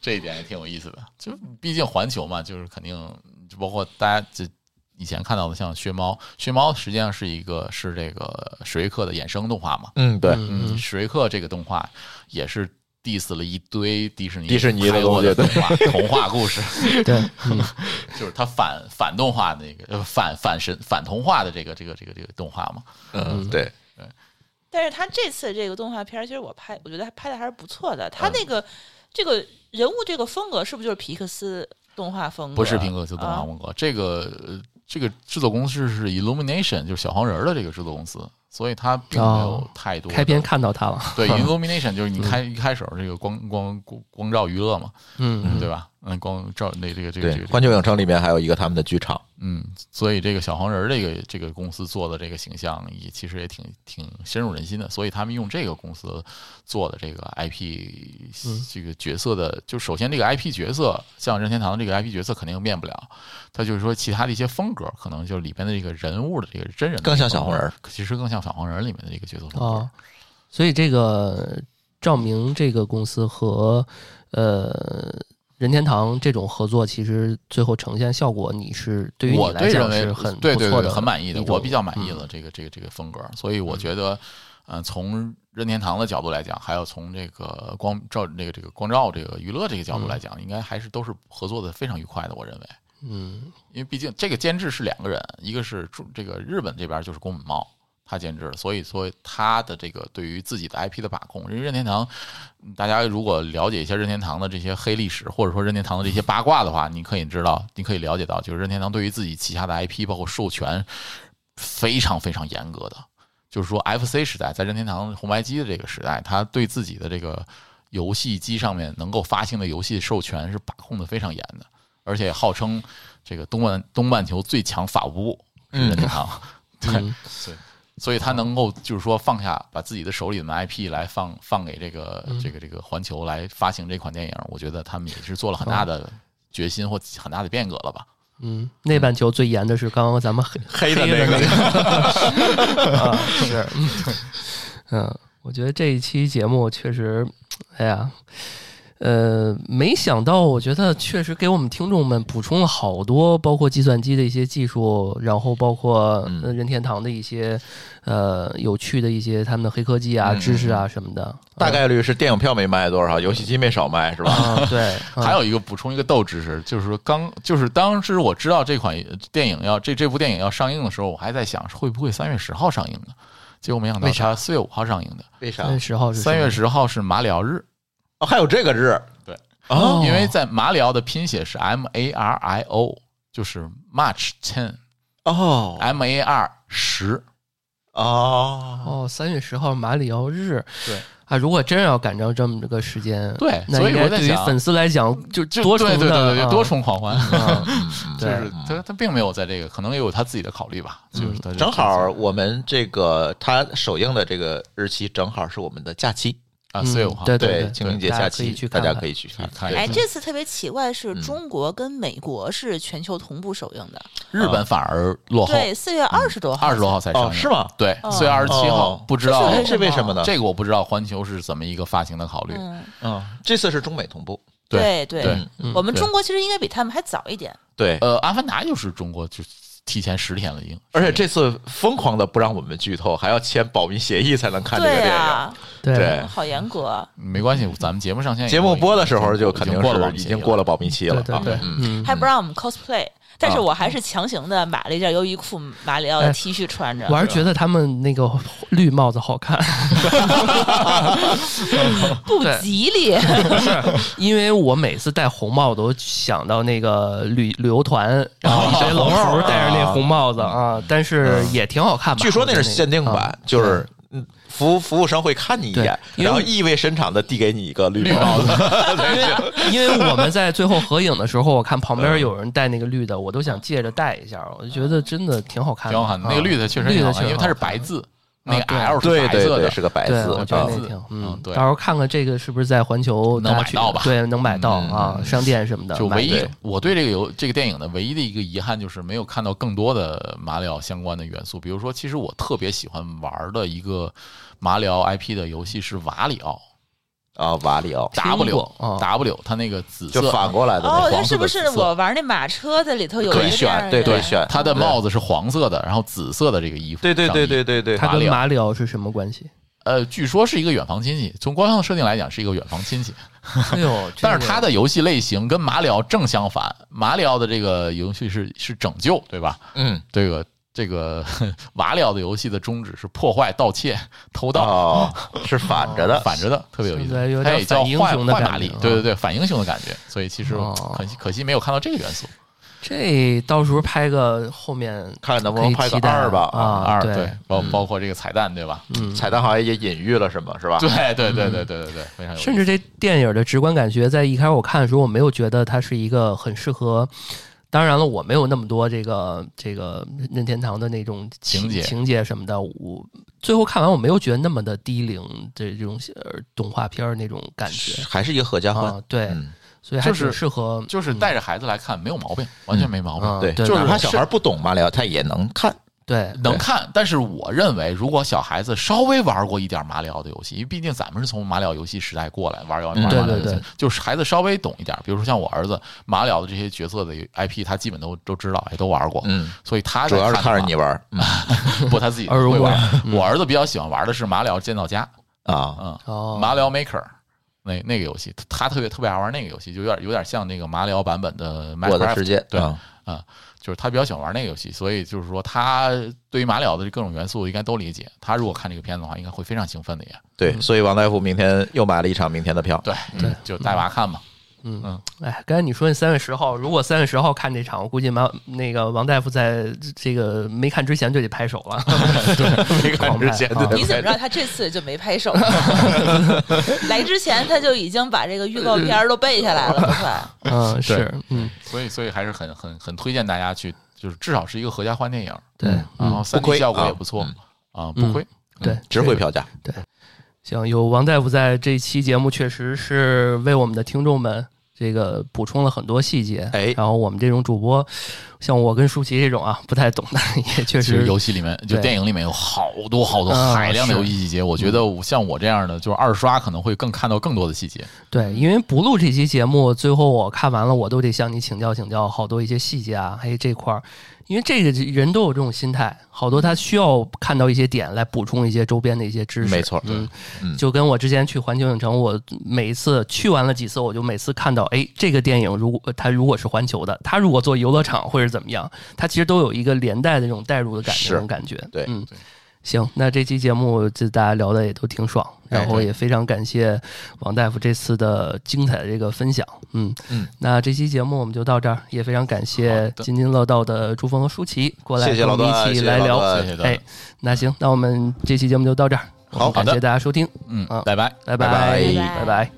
这一点也挺有意思的。就毕竟环球嘛，就是肯定就包括大家这以前看到的，像薛猫，薛猫实际上是一个是这个史瑞克的衍生动画嘛。嗯，对， (laughs) 嗯，史瑞克这个动画也是 diss 了一堆迪士尼迪士尼的拍过的东动西 (laughs) 画童话故事，对，嗯 (laughs) 就是他反反动画那个呃反反神反童话的这个这个这个这个动画嘛。嗯，对，但是他这次这个动画片儿，其实我拍，我觉得他拍的还是不错的。嗯他那个、这个人物这个风格，是不是就是皮克斯动画风嗯格？不是平克斯动画啊风格，这个呃这个制作公司是 Illumination，就是小黄人儿的这个制作公司，所以它并没有哦太多的、开篇嗯看到他了，对 Illumination 就是你开一开始这个光光光光照娱乐嘛，嗯，对吧？嗯，光照那这个这个这对，个这个，环球影城里面还有一个他们的剧场，嗯，所以这个小黄人儿这个这个公司做的这个形象也其实也挺挺深入人心的，所以他们用这个公司做的这个 IP 这个角色的，就首先这个 IP 角色，像任天堂的这个 IP 角色肯定变不了，他就是说其他的一些风格，可能就是里边的这个人物的这个真人的更像这个小黄人儿风格，其实更像小黄人儿里面的这个角色风格。啊，所以这个照明这个公司和呃。任天堂这种合作，其实最后呈现效果，你是对于你我来对认讲为是很对不对错对的，很满意的，一种我比较满意嗯了这个这个这个风格，所以我觉得，嗯，从任天堂的角度来讲，还有从这个光照这个这个光照这个娱乐这个角度来讲，应该还是都是合作的非常愉快的，我认为。嗯，因为毕竟这个监制是两个人，一个是中这个日本这边就是宫本茂他监制，所以说他的这个对于自己的 IP 的把控，因为任天堂，嗯大家如果了解一下任天堂的这些黑历史，或者说任天堂的这些八卦的话，你可以知道，你可以了解到，就是任天堂对于自己旗下的 IP 包括授权非常非常严格的，就是说 FC 时代在任天堂红白机的这个时代，他对自己的这个游戏机上面能够发行的游戏授权是把控的非常严的。而且号称这个东半东半球最强法务部是嗯任天堂，对、对， (laughs) 所以他能够就是说放下把自己的手里的 IP 来放放给这个、嗯这个这个环球来发行这款电影，我觉得他们也是做了很大的决心或很大的变革了吧。嗯，那半球最严的是刚刚咱们黑黑的的那个个 (laughs) 啊，是嗯嗯，我觉得这一期节目确实，哎呀，呃，没想到，我觉得确实给我们听众们补充了好多，包括计算机的一些技术，然后包括呃嗯任天堂的一些呃有趣的一些他们的黑科技啊、嗯嗯知识啊什么的。大概率是电影票没卖多少，游戏机没少卖，是啊吧？对， (laughs) 还有一个补充一个豆知识，就是说刚就是当时我知道这款电影要这这部电影要上映的时候，我还在想会不会三月十号上映呢？结果没想到为啥它四月五号上映的。为啥嗯三？月十号是什么三月十号是马里奥日，哦，还有这个日，对哦因为在马里奥的拼写是 M A R I O，就是 March Ten 哦 M A R 十，哦，哦，三月十号马里奥日。对啊，如果真要赶上这么个时间，对那所以应该我在对于想粉丝来讲，就就多重对对的对对啊多重狂欢，嗯就对是他他并没有在这个，可能也有他自己的考虑吧，就是他嗯正好我们这个它首映的这个日期正好是我们的假期，啊嗯四月五号对对清明节大家假可期以去，大看家看可以去看看对哎，这次特别奇怪，是嗯中国跟美国是全球同步首映的，日本反而落后，对，四月二十多嗯号，二十多号才上映、哦，是？吗？对，哦四月二十七号，哦不知道这这是为什么呢？这个我不知道环球是怎么一个发行的考虑，嗯，嗯，这次是中美同步，对对嗯对，我们对中国其实应该比他们还早一点，对，呃，《阿凡达》就是中国就提前十天了已经，而且这次疯狂的不让我们剧透，还要签保密协议才能看这个对电影。(laughs) 啊，哎对嗯好严格啊，没关系，咱们节目上线以后节目播的时候就已经肯定过了是已经过了了保密期了对啊。对嗯嗯，还不让我们 cosplay，但啊是我还是强行的买了一件优衣库马里奥哎的 T 恤穿着啊我，还是觉得他们那个绿帽子好看，不吉 (laughs) 利，因为我每次戴红帽子，我想到那个旅旅游团，然哦后一堆老头儿戴着那红帽子啊，但是嗯也挺好看吧？据说那我是觉得限定啊版，就是嗯，服务服务生会看你一眼，对因为然后意味深长的递给你一个绿帽子。因为我们在最后合影的时候，我看旁嗯边有人戴那个绿的，我都想借着戴一下，我就觉得真的挺好看的，挺好看的，那个绿的确实啊绿挺的好确看，实因为它是好看白啊字，那个对 L 是啊对白对色对，的，是个白对，字。我觉得嗯那挺嗯嗯，对到时候看看这个是不是在环球能大家买去到吧对，能买到嗯啊，商店什么的，就唯一买对我对这个游这个电影的唯一的一个遗憾就是没有看到更多的马里奥相关的元素，比如说，其实我特别喜欢玩的一个马里奥 IP 的游戏是瓦里奥啊，瓦里奥 W 哦 W，它那个紫色就反过来的那哦，黄那色是的紫不是色我玩那马车的里头有一可以个这样选的对可以人选它的帽子是黄色的，然后紫色的这个衣服，对对对对对，对对，它马跟里奥马里奥是什么关 (laughs) 系？呃，据说是一个远房亲戚，从官方的设定来讲是一个远房亲戚，哎 (laughs) 呦，但是它的的游戏类型跟马里奥正相反，马里奥的这个游戏是是拯救，对吧？嗯，这个这个 (laughs) 瓦里奥的游戏的宗旨是破坏、盗窃、偷盗，哦，是反着的，反着的，特别有意现在有思。点它也叫反英坏雄的坏感马觉力啊，对对对，反英雄的感觉。所以其实哦可惜可惜没有看到这个元素。这到时候拍个后面看能不能拍个二吧可以期待啊，二对对，包包括这个彩蛋，对吧？嗯。彩蛋好像也隐喻了什么，是吧？对对对对对对对，非常有意思。甚至这电影的直观感觉，在一开始我看的时候，我没有觉得它是一个很适合。当然了，我没有那么多这个这个任天堂的那种情情节情节什么的。我最后看完，我没有觉得那么的低龄这这种呃动画片儿那种感觉还是一个合家欢啊，，对，嗯所以还就是挺适合，就是带着孩子来看没有毛病，完全没毛嗯病。啊对，对就是哪哪怕小孩不懂马里奥，他也能看。对能看，但是我认为，如果小孩子稍微玩过一点马里奥的游戏，因为毕竟咱们是从马里奥游戏时代过来玩玩玩嗯马里奥游戏，对对对就是孩子稍微懂一点，比如说像我儿子马里奥的这些角色的 IP，他基本都都知道，哎也都玩过，嗯，所以他主在要是看看的着你 (laughs) 话，玩儿嗯不他自己耳会濡目染嗯玩。我儿子比较喜欢玩的是马里奥建造家，啊，嗯，哦，马里奥 Maker。那那个游戏，他特别特别爱玩那个游戏，就有点有点像那个马里奥版本的《我的世界 Minecraft，对，啊啊、就是他比较喜欢玩那个游戏，所以就是说他对于马里奥的各种元素应该都理解。他如果看这个片子的话，应该会非常兴奋的也。对，所以王大夫明天又买了一场明天的票。对，嗯就带娃看嘛。嗯哎，刚才你说你三月十号，如果三月十号看这场，我估计马那个王大夫在这个没看之前就得拍手了。没看之前狂拍啊你怎么知道他这次就没拍手呢？ (laughs) 来之前他就已经把这个预告片儿都背下来了，都快。嗯，对是，嗯，所以所以还是很很很推荐大家去，就是至少是一个合家欢电影，嗯对，然后三不 D 亏效果啊也不错啊，嗯不亏。对，值回票价。行，有王大夫在这期节目，确实是为我们的听众们这个补充了很多细节。哎然后我们这种主播，像我跟舒淇这种啊，不太懂的， (laughs) 也确其实实游戏里面，就对电影里面有好多好多啊海量的是嗯游戏细节，我觉得我像我这样的，就是二刷可能会更看到更多的细节。对，因为不录这期节目，最后我看完了，我都得向你请教请教好多一些细节啊，还有这块儿，因为这个人都有这种心态，好多他需要看到一些点来补充一些周边的一些知识。没错嗯，嗯就跟我之前去环球影城，我每一次去完了几次，我就每次看到，哎，这个电影如果它如果是环球的，它如果做游乐场或者怎么样，它其实都有一个连带的这种代入的感觉，是那种感觉。对嗯。行，那这期节目就大家聊的也都挺爽，哎然后也非常感谢王大夫这次的精彩的这个分享。嗯嗯，那这期节目我们就到这儿，也非常感谢的津津乐道的朱峰和舒淇过来谢谢跟我老们段一起谢谢来老聊。段谢谢段哎，那行，那我们这期节目就到这儿。我们好感好谢的大家收听，嗯啊，拜拜。拜拜拜拜拜拜。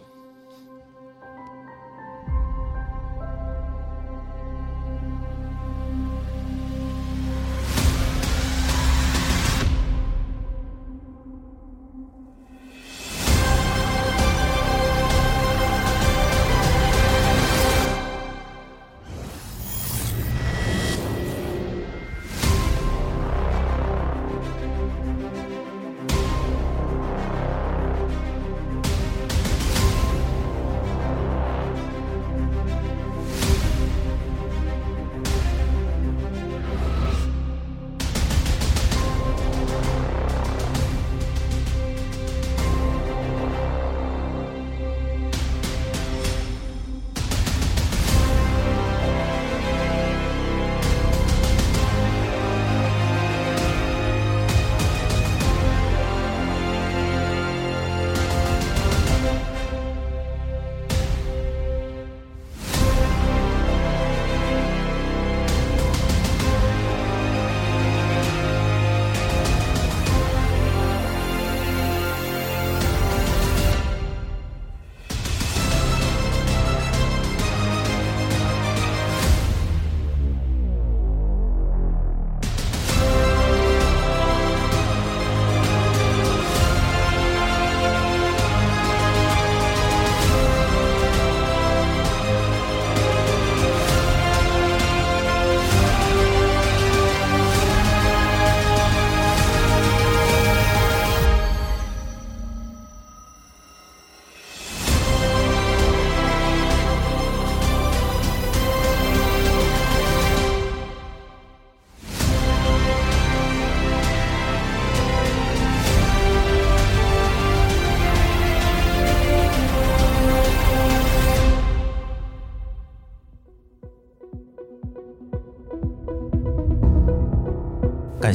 感